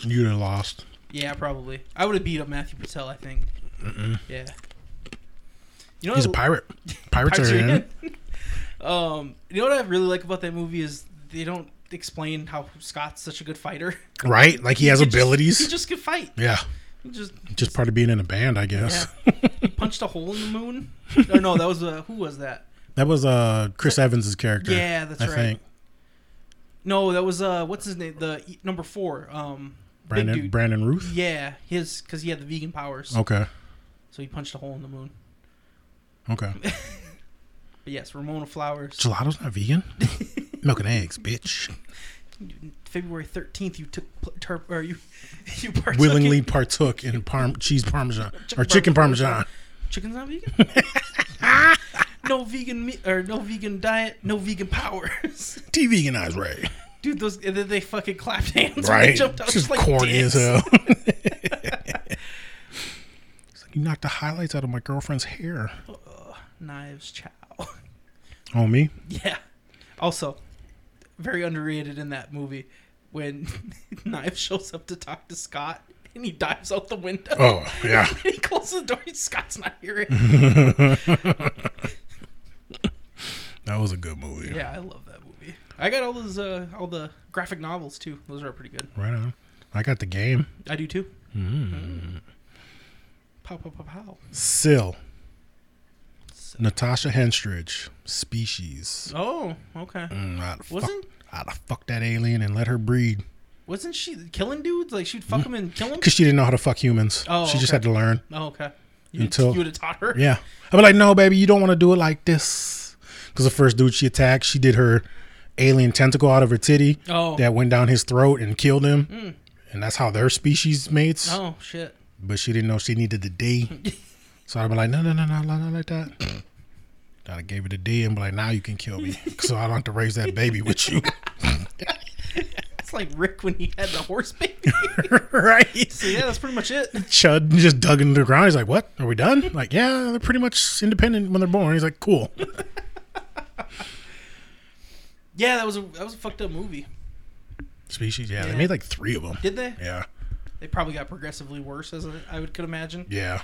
S5: You'd have lost.
S6: Yeah, probably. I would have beat up Matthew Patel, I think. Yeah. You know
S5: He's a
S6: what I-
S5: pirate. Pirates are in.
S6: um, you know what I really like about that movie is they don't explain how Scott's such a good fighter.
S5: Right? Like he has
S6: He just-
S5: abilities.
S6: he just could fight.
S5: yeah.
S6: He just
S5: Just part of being in a band, I guess.
S6: He punched a hole in the moon. Oh no, that was uh, who was that?
S5: That was uh Chris Evans' character.
S6: Yeah, that's right. No, that was uh, what's his name? The e- number four, um, big
S5: Brandon Oh.
S6: dude.
S5: Brandon Ruth.
S6: Yeah, his because he had the vegan powers,
S5: Okay.
S6: so he punched a hole in the moon.
S5: Okay.
S6: But yes, Ramona Flowers.
S5: Gelato's not vegan. Milk and eggs, bitch.
S6: February thirteenth, you took pl- ter- or you you partook
S5: Willingly
S6: in-
S5: partook in parm- cheese parmesan or
S6: Chicken
S5: chicken parmesan.
S6: parmesan. Chicken's not vegan. no vegan meat or no vegan diet, no vegan powers.
S5: T veganized Ray.
S6: Dude, those and then they fucking clapped hands when they
S5: Right?
S6: jumped out.
S5: Just
S6: like
S5: corny
S6: dicks.
S5: as hell. It's like, You knocked the highlights out of my girlfriend's hair.
S6: Knives Chow.
S5: Oh me?
S6: Yeah. Also, very underrated in that movie when Knife shows up to talk to Scott and he dives out the window.
S5: Oh Mhm. yeah.
S6: And he closes the door and Scott's not hearing.
S5: That was a good movie.
S6: yeah, I love that movie. I got all those uh, all the graphic novels too. Those are pretty good.
S5: Right on. I got the game.
S6: I do too.
S5: Hmm.
S6: Mm. Pow pow pow pow.
S5: Sill. Natasha Henstridge. Species.
S6: Oh, okay.
S5: Mm, I'd have
S6: Wasn't-
S5: fucked- I'd have fucked that alien and let her breed.
S6: Wasn't she killing dudes? Like she'd
S5: Mm.
S6: fuck them and kill them?
S5: Because she didn't know how to fuck humans.
S6: Oh,
S5: she just
S6: okay.
S5: had to learn.
S6: Oh, okay. You,
S5: Until-
S6: you would have taught her.
S5: Yeah. I'd be like, no, baby, you don't want to do it like this. Because the first dude she attacked, she did her alien tentacle out of her titty
S6: Oh. Hmm.
S5: that went down his throat and killed him. And that's how their species mates.
S6: Oh shit.
S5: But she didn't know she needed the D. So I'd be like, no, no, no, no, no, no like that. I'd have gave it a D and be like, now you can kill me, so I don't have to raise that baby with you,
S6: It's like Rick when he had the horse baby.
S5: right?
S6: so yeah, that's pretty much it.
S5: Chud just dug into the ground. He's like, "What? Are we done?" Like, yeah, they're pretty much independent when they're born. He's like, "Cool."
S6: Yeah, that was a that was a fucked up movie.
S5: Species, yeah, they
S6: Yeah.
S5: made like three of them.
S6: Did they?
S5: Yeah,
S6: They probably got progressively worse, as I- I would could imagine.
S5: yeah.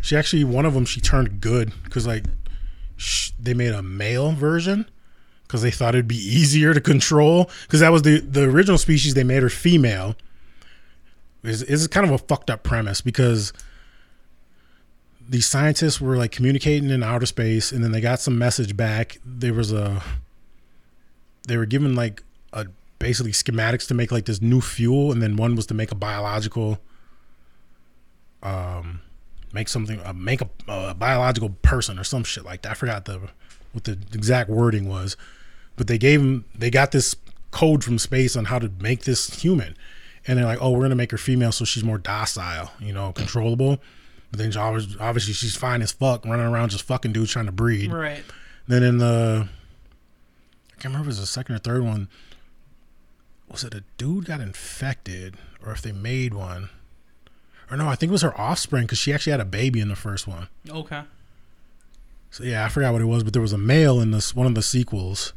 S5: She actually one of them she turned good because like sh- they made a male version because they thought it'd be easier to control because that was the the original species they made her female. Is is kind of a fucked up premise because these scientists were like communicating in outer space and then they got some message back there was a they were given like a basically schematics to make like this new fuel and then one was to make a biological um make something uh, make a, a biological person or some shit like that i forgot the what the exact wording was but they gave them they got this code from space on how to make this human and they're like oh we're gonna make her female so she's more docile you know controllable but then she always- obviously she's fine as fuck running around just fucking dudes trying to breed
S6: Right.
S5: then in the I can't remember if it was the second or third one. Was it a dude got infected or if they made one? Or no, I think it was her offspring because she actually had a baby in the first one.
S6: Okay.
S5: So yeah, I forgot what it was, but there was a male in this one of the sequels.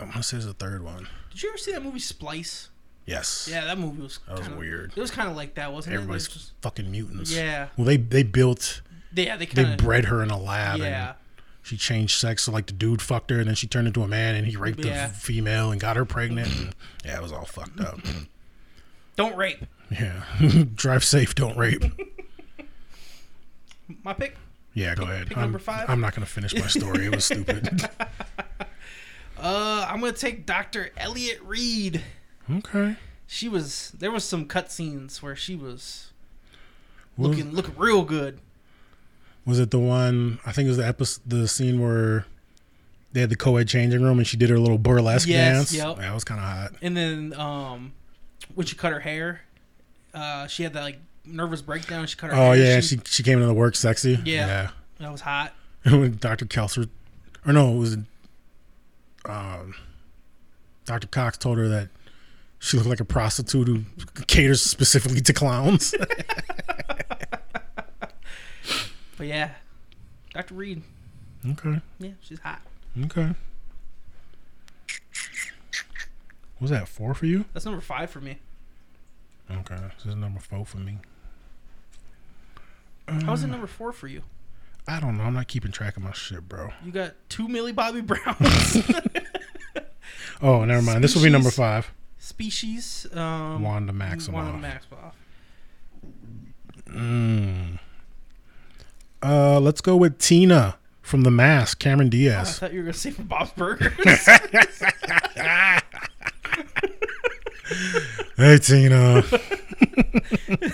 S5: I want to say it's the third one.
S6: Did you ever see that movie Splice?
S5: Yes.
S6: Yeah, that movie was.
S5: That was
S6: kinda,
S5: weird.
S6: It was kind of like that, wasn't
S5: Everybody's
S6: it? It was just-
S5: fucking mutants.
S6: Yeah.
S5: Well, they they built
S6: yeah, they
S5: they
S6: kind of.
S5: bred her in a lab.
S6: Yeah.
S5: And she changed sex, so like the dude fucked her, and then she turned into a man, and he raped
S6: Yeah.
S5: the female and got her pregnant. and- Mm-hmm. yeah, it was all fucked up.
S6: Don't rape.
S5: Yeah, drive safe, don't rape.
S6: My pick.
S5: Yeah, go ahead.
S6: pick
S5: I'm,
S6: number five?
S5: I'm not gonna finish my story. It was stupid.
S6: Uh, I'm gonna take Dr. Elliot Reed.
S5: okay.
S6: She was. There was some cutscenes where she was
S5: Was,
S6: looking looking real good.
S5: was it the one? I think it was the episode, the scene where they had the co-ed changing room, and she did her little burlesque
S6: Yes,
S5: dance.
S6: yep.
S5: That was kind of hot.
S6: And then um, when she cut her hair, uh, she had that like nervous breakdown. She cut her.
S5: Oh
S6: hair.
S5: yeah, she she came into the work sexy.
S6: Yeah. that was hot.
S5: yeah. when Dr. Kelser, or no, it was um, Dr. Cox told her that she looked like a prostitute who caters specifically to clowns.
S6: But yeah, Dr. Reed.
S5: okay.
S6: Yeah, she's hot.
S5: Okay. Was that four for you?
S6: That's number five for me.
S5: Okay, this is number four for me.
S6: How is it number four for you?
S5: I don't know. I'm not keeping track of my shit, bro.
S6: You got two Millie Bobby Browns
S5: Oh, never mind. This will be number five.
S6: species. Um,
S5: Wanda Maximoff.
S6: Wanda Maximoff.
S5: Uh, let's go with Tina from The Mask, Cameron
S6: I
S5: Diaz.
S6: thought you were gonna say from Bob's Burgers.
S5: Hey, Tina. uh,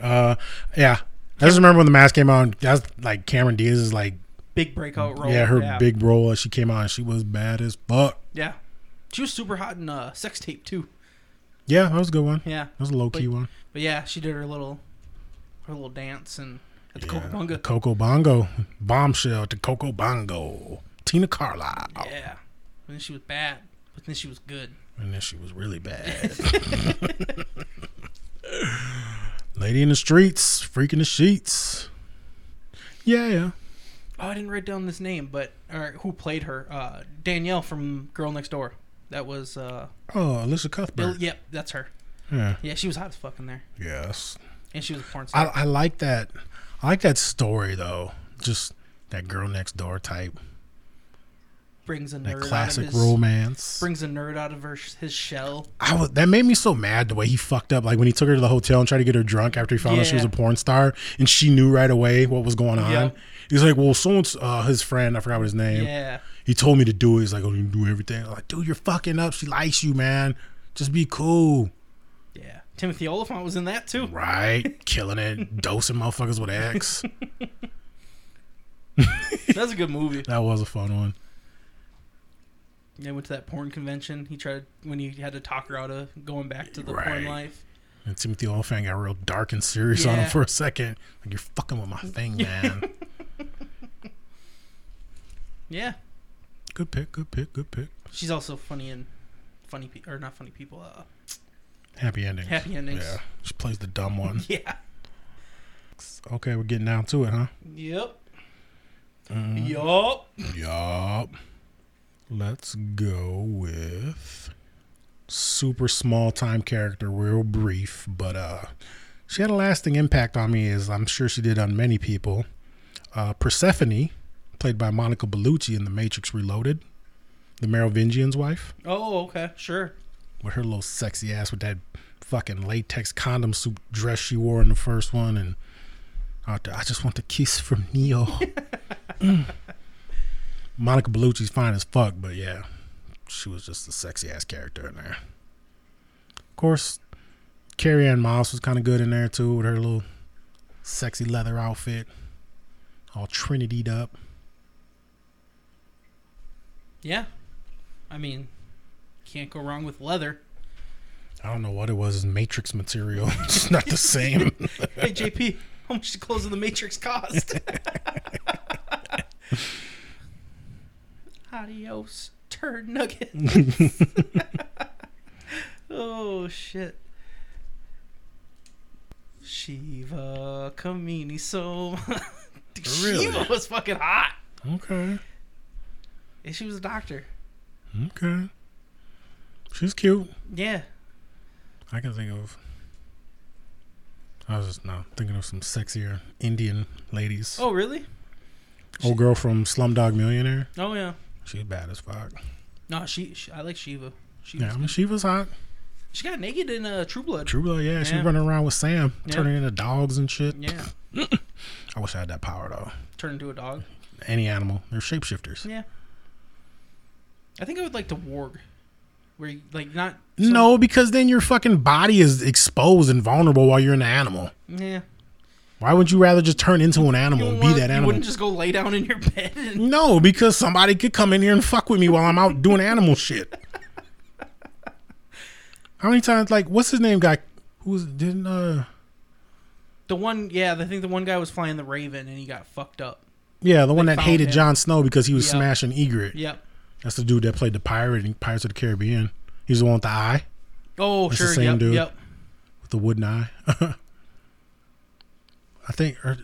S5: Uh, yeah. I just remember when The Mask came out. That's like Cameron Diaz is like,
S6: big breakout role.
S5: yeah, her big role as she came on. She was bad as fuck.
S6: Yeah, she was super hot in uh, Sex Tape too.
S5: Yeah, that was a good one.
S6: Yeah,
S5: That was a low key
S6: But-
S5: one.
S6: But yeah, she did her little, her little dance and at the
S5: Yeah.
S6: Cowabunga.
S5: Coco Bongo. Bombshell to Coco Bongo. Tina Carlisle.
S6: Yeah, and then she was bad, but then she was good.
S5: And then she was really bad. Lady in the streets, freaking the sheets. Yeah, yeah.
S6: Oh, I didn't write down this name, but or who played her? Uh, Danielle from Girl Next Door. That was uh,
S5: Oh, Alicia
S6: Bill.
S5: Cuthbert.
S6: Yep, that's her.
S5: Yeah.
S6: Yeah, she was hot as fuck in there,
S5: Yes.
S6: and she was a porn
S5: I,
S6: star.
S5: I like that. I like that story though. Just that girl next door type.
S6: brings a
S5: That
S6: nerd out
S5: classic
S6: of his,
S5: romance.
S6: brings a nerd out of her, his shell.
S5: I was, that made me so mad the way he fucked up. Like when he took her to the hotel and tried to get her drunk after he found out she was a
S6: Yeah.
S5: porn star, and she knew right away what was going on.
S6: Yeah.
S5: He's like, "Well, someone's uh, his friend. I forgot what his name.
S6: Yeah,
S5: He told me to do it. He's like, "Oh, you do everything." I'm like, dude, you're fucking up. She likes you, man. Just be cool,
S6: yeah. Timothy Oliphant was in that too.
S5: right? Killing it, dosing motherfuckers with X.
S6: That's a good movie.
S5: That was a fun one.
S6: They went to that porn convention. He tried when he had to talk her out of going back to the
S5: Right.
S6: porn life.
S5: And Timothy Olyphant got real dark and serious on him
S6: Yeah.
S5: for a second. Like you're fucking with my thing, man.
S6: Yeah,
S5: good pick, good pick, good pick.
S6: she's also funny in funny pe- or not funny people. Uh,
S5: Happy endings.
S6: Happy endings.
S5: Yeah, she plays the dumb one.
S6: yeah.
S5: Okay, we're getting down to it, huh?
S6: Yep. Uh-huh. Yup.
S5: Yup. Let's go with super small time character, real brief, but uh, she had a lasting impact on me, as I'm sure she did on many people. Uh, Persephone, played by Monica Bellucci in The Matrix Reloaded, the Merovingian's wife,
S6: Oh, okay, sure.
S5: with her little sexy ass with that fucking latex condom suit dress she wore in the first one, and I I just want the kiss from Neo. Mm. Monica Bellucci's fine as fuck, but yeah, she was just a sexy ass character in there. Of course, Carrie Ann Moss was kind of good in there too, with her little sexy leather outfit, all Trinity'd up.
S6: Yeah. I mean, can't go wrong with leather.
S5: I don't know what it was, Matrix material. it's not the same.
S6: Hey, JP, how much did closing the Matrix cost? Adios, turd nugget. oh, shit. Shiva Kamini so Dude,
S5: Really?
S6: Shiva was fucking hot.
S5: okay.
S6: And she was a doctor.
S5: Okay. She's cute.
S6: Yeah.
S5: I can think of. I was just now thinking of some sexier Indian ladies.
S6: Oh, really?
S5: Old girl from Slumdog Millionaire.
S6: Oh, yeah.
S5: She's bad as fuck.
S6: No, she, she I like Shiva. She,
S5: Yeah, I
S6: was-
S5: mean, she was hot.
S6: she got naked in uh, True Blood.
S5: True Blood, yeah, she
S6: Yeah.
S5: running around with Sam,
S6: Yeah.
S5: turning into dogs and shit.
S6: Yeah.
S5: I wish I had that power though.
S6: Turned into a dog.
S5: Any animal, they're shapeshifters.
S6: Yeah. I think I would like to warg. Where you, like not so-
S5: No, because then your fucking body is exposed and vulnerable while you're an animal.
S6: Yeah.
S5: Why would you rather just turn into an
S6: You
S5: animal
S6: wouldn't
S5: and be
S6: wanna-
S5: that
S6: You
S5: animal?
S6: wouldn't just go lay down in your bed and
S5: No, because somebody could come in here and fuck with me while I'm out doing animal shit. How many times, like, what's his name guy? Who was, didn't, uh,
S6: the one yeah, I think the one guy was flying the Raven and he got fucked up.
S5: yeah, the one that
S6: found
S5: hated
S6: him.
S5: Jon Snow because he was
S6: Yeah.
S5: smashing Egret.
S6: Yep.
S5: That's the dude that played the pirate in Pirates of the Caribbean. He's the one with the eye,
S6: Oh
S5: That's the
S6: sure,
S5: same
S6: yep,
S5: dude.
S6: yep.
S5: with the wooden eye. I think, or,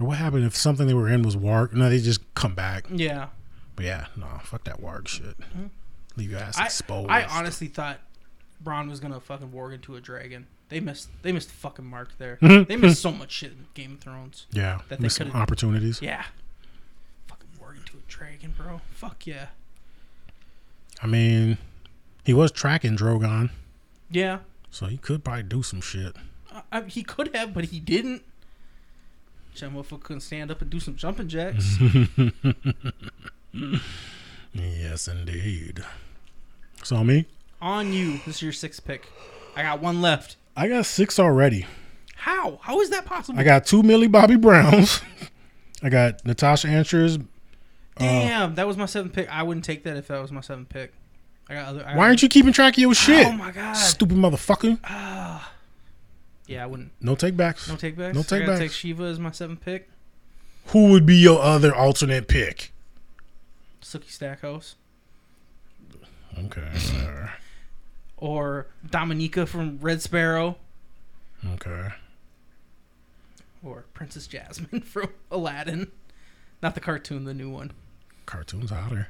S5: or what happened if something they were in was Warg? No, they just come back.
S6: Yeah.
S5: But yeah, no, fuck that Warg shit. Leave your ass
S6: Mm-hmm. I
S5: exposed.
S6: I honestly thought Braun was gonna fucking warg into a dragon. They missed they missed the fucking mark there. they missed so much shit in Game of Thrones.
S5: yeah,
S6: that they
S5: missed some
S6: could've-
S5: opportunities.
S6: Yeah. Fucking warg into a dragon, bro. Fuck yeah.
S5: I mean, he was tracking Drogon,
S6: Yeah.
S5: so he could probably do some shit.
S6: I, he could have, but he didn't. That motherfucker couldn't stand up and do some jumping jacks.
S5: Yes, indeed. So me,
S6: On you. This is your sixth pick. I got one left.
S5: I got six already.
S6: How? How is that possible?
S5: I got two Millie Bobby Browns. I got Natasha Anchors. uh,
S6: Damn, that was my seventh pick. I wouldn't take that if that was my seventh pick. I got other. I
S5: Why aren't you keeping track of your shit?
S6: Oh my god.
S5: Stupid motherfucker.
S6: yeah, I wouldn't.
S5: No takebacks.
S6: No take backs.
S5: No
S6: I gotta take
S5: takebacks.
S6: Shiva as my seventh pick.
S5: Who would be your other alternate pick?
S6: Sookie Stackhouse
S5: Okay. sir.
S6: or Dominica from Red Sparrow
S5: okay.
S6: or Princess Jasmine from Aladdin. Not the cartoon, the new one.
S5: Cartoons hotter.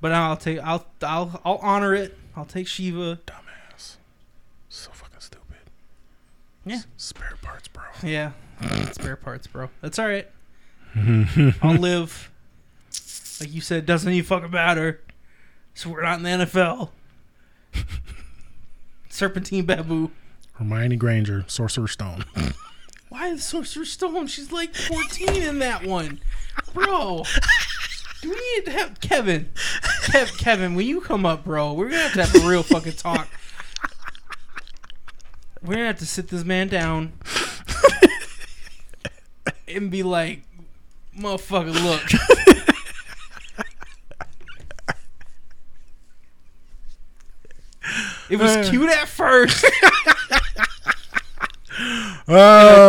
S6: But I'll take. I'll. I'll. I'll honor it. I'll take Shiva.
S5: Dumbass. So fucking stupid.
S6: Yeah.
S5: Spare parts, bro.
S6: Yeah. Spare parts, bro. That's all right. I'll live. Like you said, doesn't even fucking matter. So we're not in the NFL. Serpentine Babu.
S5: Hermione Granger, Sorcerer's Stone.
S6: Why the Sorcerer's Stone? She's like 14 in that one. Bro. Do we need to have Kevin? Kev, Kevin, when you come up, bro, we're going to have to have a real fucking talk. We're going to have to sit this man down and be like, motherfucker, look. It was cute at first.
S5: Oh,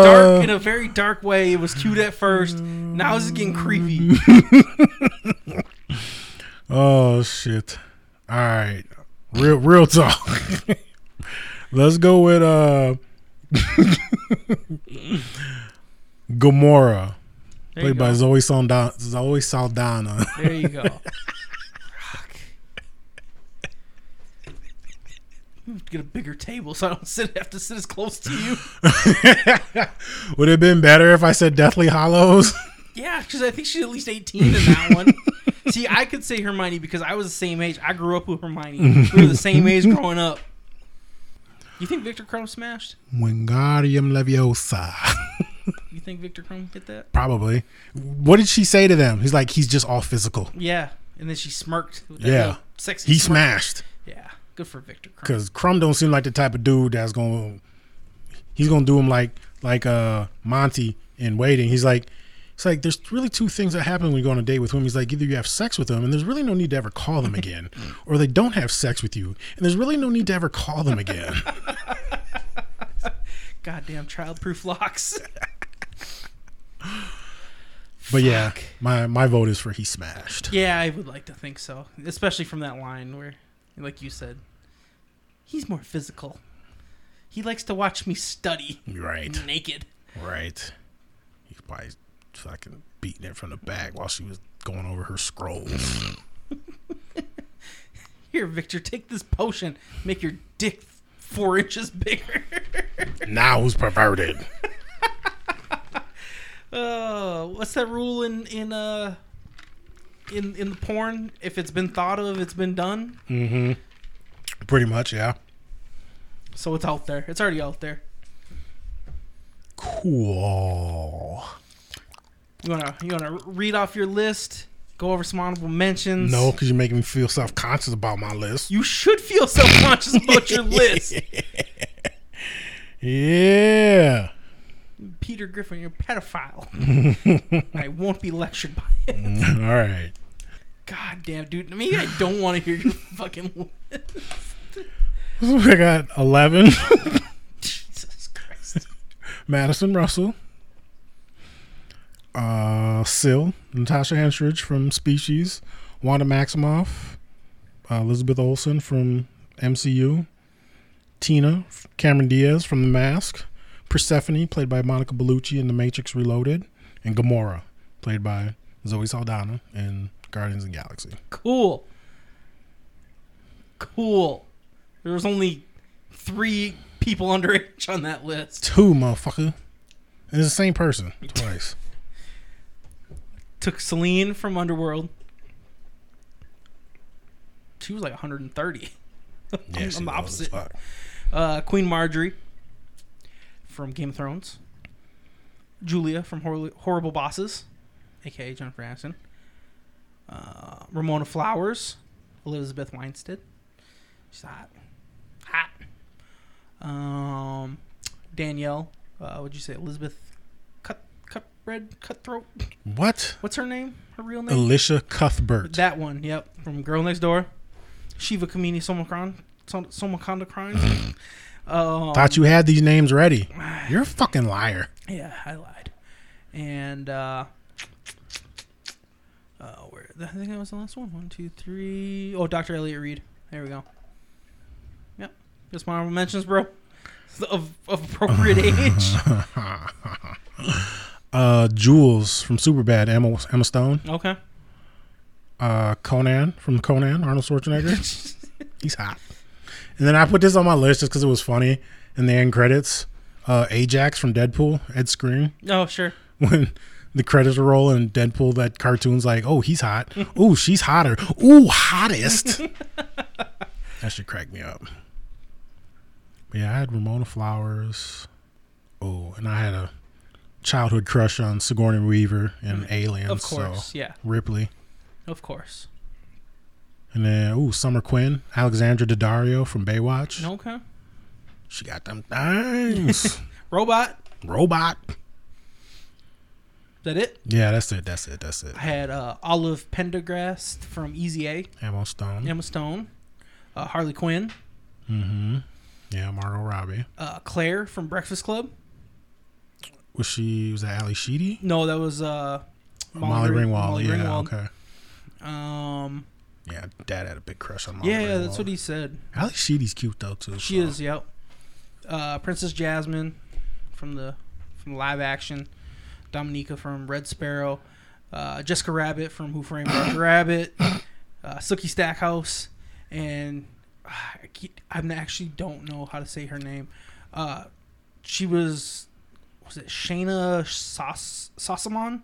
S6: dark in a very dark way. It was cute at first. Now it's getting creepy.
S5: oh shit! All right, real real talk. Let's go with uh, Gamora,
S6: There you
S5: played by
S6: go.
S5: Zoe Saldana. Zoe Saldana.
S6: There you go. Fuck. Get a bigger table so I don't sit have to sit as close to you.
S5: Would it have been better if I said Deathly Hollows?
S6: Yeah, because I think she's at least 18 in that one. See, I could say Hermione because I was the same age. I grew up with Hermione. we were the same age growing up. You think Victor Crumb smashed?
S5: Wingardium Leviosa.
S6: You think Victor Crumb hit that?
S5: Probably. What did she say to them? He's like, he's just all physical.
S6: Yeah. And then she smirked. With that
S5: Yeah.
S6: little Sexy
S5: He
S6: smirk.
S5: smashed.
S6: Yeah. Good for Victor Crumb.
S5: Cause Crumb don't seem like the type of dude that's gonna he's gonna do him like like uh Monty in waiting. He's like it's like there's really two things that happen when you go on a date with him. He's like either you have sex with them and there's really no need to ever call them again, or they don't have sex with you and there's really no need to ever call them again.
S6: Goddamn childproof locks.
S5: but yeah, my my vote is for he smashed.
S6: yeah, I would like to think so. Especially from that line where, like you said, he's more physical. He likes to watch me study
S5: Right,
S6: naked.
S5: right. He's probably fucking beating it from the back while she was going over her scrolls.
S6: Here, Victor, take this potion. Make your dick four inches bigger.
S5: now who's perverted?
S6: Oh, what's that rule in in uh in in the porn? If it's been thought of, it's been done.
S5: Pretty much, yeah.
S6: So it's out there. It's already out there.
S5: Cool.
S6: You wanna you wanna read off your list? Go over some honorable mentions.
S5: No, because you're making me feel self conscious about my list.
S6: You should feel self conscious about your list.
S5: Yeah.
S6: Peter Griffin, you're a pedophile. I won't be lectured by it.
S5: All right.
S6: God damn, dude. Maybe I don't want to hear your fucking list.
S5: I got 11.
S6: Jesus Christ.
S5: Madison Russell. Uh, Sill. Natasha Henstridge from Species. Wanda Maximoff. Uh, Elizabeth Olsen from MCU. Tina. Cameron Diaz from The Mask. Persephone, played by Monica Bellucci in The Matrix Reloaded. And Gamora, played by Zoe Saldana in Guardians of the Galaxy.
S6: Cool. Cool. There was only three people underage on that list.
S5: Two, motherfucker. And it's the same person twice.
S6: Took Celine from Underworld. She was like 130.
S5: Yeah, she
S6: I'm the
S5: old as
S6: opposite.
S5: fuck.
S6: Uh, Queen Marjorie from Game of Thrones. Julia from Hor- Horrible Bosses, aka Jennifer Aniston. Uh, Ramona Flowers, Elizabeth Weinstead. She's hot, hot. Um, Danielle, uh, what'd you say? Elizabeth Cut Cutbread Cutthroat.
S5: What?
S6: What's her name? Her real name?
S5: Alicia Cuthbert.
S6: That one, yep, from Girl Next Door. Shiva Kamini Somakran, Som- Somakanda Crime. um,
S5: Thought you had these names ready. You're a fucking liar.
S6: Yeah, I lied. And uh, uh where I think that was the last one. One, two, three. Oh, Dr. Elliot Reed. There we go. Yep, just my honorable mentions, bro. Of, of appropriate age.
S5: Uh, Jules from Superbad, Emma, Emma Stone.
S6: Okay.
S5: Uh, Conan from Conan, Arnold Schwarzenegger. He's hot. And then I put this on my list just because it was funny. In the end credits, uh, Ajax from Deadpool, Ed Screen.
S6: Oh, sure.
S5: When the credits roll and Deadpool, that cartoon's like, oh, he's hot. Ooh, she's hotter. Ooh, hottest. that should crack me up. But yeah, I had Ramona Flowers. Oh, and I had a childhood crush on Sigourney Weaver and Aliens.
S6: Mm. Of course,
S5: so
S6: yeah.
S5: Ripley.
S6: Of course.
S5: And then, ooh, Summer Quinn, Alexandra Daddario from Baywatch.
S6: Okay.
S5: She got them things.
S6: Robot.
S5: Robot.
S6: Is that it?
S5: Yeah, that's it. That's it. That's it.
S6: I had uh, Olive Pendergast from Easy A.
S5: Ammo Stone.
S6: Emma Stone, uh, Harley Quinn,
S5: Yeah, Margot Robbie.
S6: Uh, Claire from Breakfast Club.
S5: Was she was that Ali Sheedy?
S6: No, that was uh,
S5: Molly,
S6: Ring-
S5: Ringwald.
S6: Molly
S5: yeah,
S6: Ringwald.
S5: okay.
S6: Um,
S5: Yeah, Dad had a big crush on Molly.
S6: yeah, yeah,
S5: Ringwald.
S6: that's what he said.
S5: Ali Sheedy's cute though too.
S6: She
S5: so.
S6: is, yep. Uh, Princess Jasmine from the from live action, Dominica from Red Sparrow, uh, Jessica Rabbit from Who Framed Roger Rabbit, uh, Sookie Stackhouse, and uh, I keep, I'm actually don't know how to say her name. Uh, she was was it Shayna Sas Sassamon?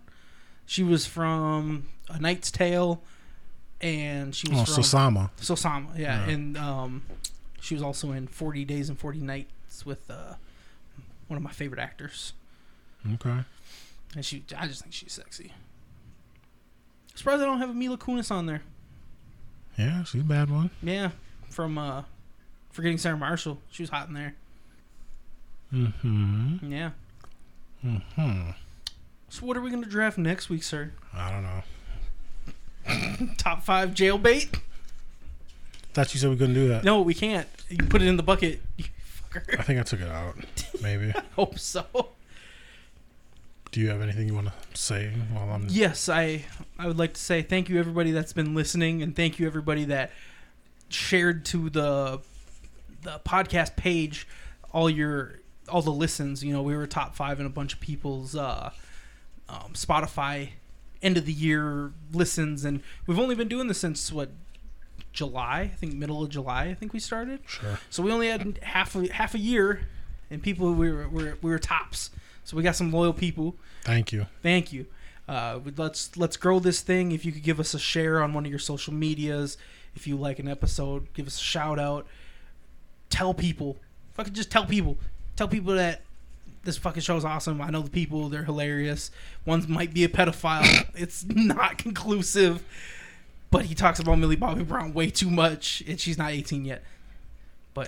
S6: She was from A Knight's Tale, and she was
S5: Oh,
S6: from
S5: Sosama.
S6: Sosama, yeah,
S5: Yeah.
S6: and um, she was also in Forty Days and Forty Nights with uh, one of my favorite actors,
S5: Okay.
S6: and she, I just think she's sexy. Surprised I don't have a Mila Kunis on there.
S5: Yeah, she's a bad one.
S6: Yeah, from uh, Forgetting Sarah Marshall, she was hot in there.
S5: Hmm.
S6: Yeah.
S5: Hmm.
S6: So what are we gonna draft next week, sir?
S5: I don't know.
S6: Top five jailbait?
S5: Thought you said we couldn't do that.
S6: No, we can't. You put it in the bucket, you fucker.
S5: I think I took it out. Maybe.
S6: Hope so.
S5: do you have anything you want to say while I'm?
S6: yes i i would like to say thank you everybody that's been listening and thank you everybody that shared to the the podcast page all your all the listens you know we were top five in a bunch of people's uh um, spotify end of the year listens and we've only been doing this since what july i think middle of july i think we started
S5: Sure.
S6: so we only had half a half a year and people we were, we were we were tops so we got some loyal people
S5: Thank you.
S6: thank you. Uh, we'd- let's let's grow this thing. If you could give us a share on one of your social medias, if you like an episode, give us a shout out. Tell people. If I could just tell people, tell people that this fucking show's awesome. I know the people; they're hilarious. One might be a pedophile. it's not conclusive, but he talks about Millie Bobby Brown way too much, and she's not 18 yet.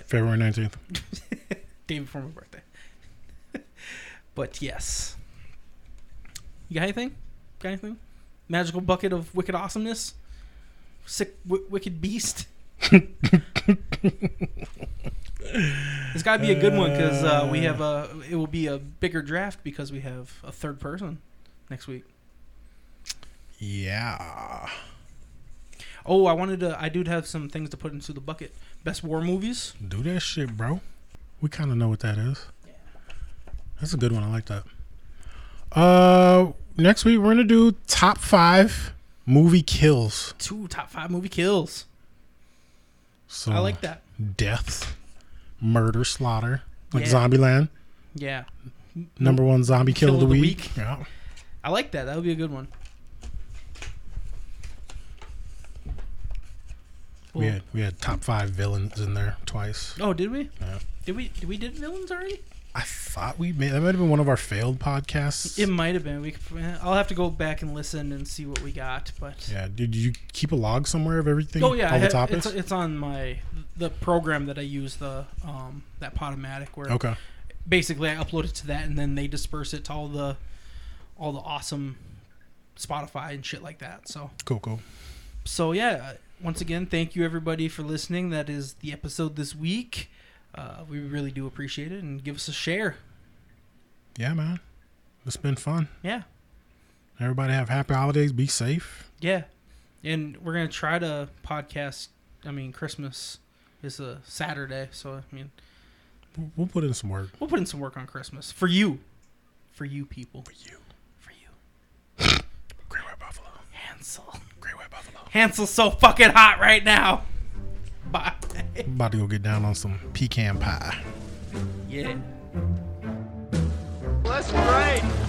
S5: February nineteenth.
S6: Day before my birthday. but yes, you got anything? Got anything? Magical bucket of wicked awesomeness. Sick, w- wicked beast. it's got to be a good one because uh, we have a. It will be a bigger draft because we have a third person next week.
S5: Yeah.
S6: Oh, I wanted to. I do have some things to put into the bucket. Best war movies.
S5: Do that shit, bro. We kind of know what that is. That's a good one. I like that. Uh, next week we're gonna do top five movie kills.
S6: Two top five movie kills.
S5: So
S6: I like that.
S5: Death, murder, slaughter, like
S6: Yeah.
S5: Zombieland.
S6: Yeah,
S5: Number one zombie kill, of the, week. Yeah.
S6: I like that. That would be a good one.
S5: We had we had top five villains in there twice.
S6: Oh, did we?
S5: Yeah.
S6: Did we? Did we did villains already?
S5: I thought we made that might have been one of our failed podcasts.
S6: It might have been. We. Could, I'll have to go back and listen and see what we got. But
S5: yeah. Did you keep a log somewhere of everything?
S6: oh yeah,
S5: All
S6: I
S5: the
S6: ha-
S5: topics.
S6: it's, it's on my the program that I use the um that Podomatic where
S5: okay.
S6: basically I upload it to that and then they disperse it to all the all the awesome Spotify and shit like that. So
S5: Cool. Cool.
S6: so yeah uh, once again thank you everybody for listening that is the episode this week uh, we really do appreciate it and give us a share
S5: Yeah, man. It's been fun.
S6: yeah
S5: Everybody have happy holidays. Be safe.
S6: yeah and we're gonna try to podcast i mean christmas is a saturday so i mean
S5: We'll- We'll put in some work.
S6: we'll put in some work on christmas for you for you people for
S5: you.
S6: for you
S5: Great White Buffalo.
S6: hansel
S5: Great White Buffalo.
S6: hansel's so fucking hot right now bye
S5: I'm about to go get down on some pecan pie.
S6: yeah
S8: That's great.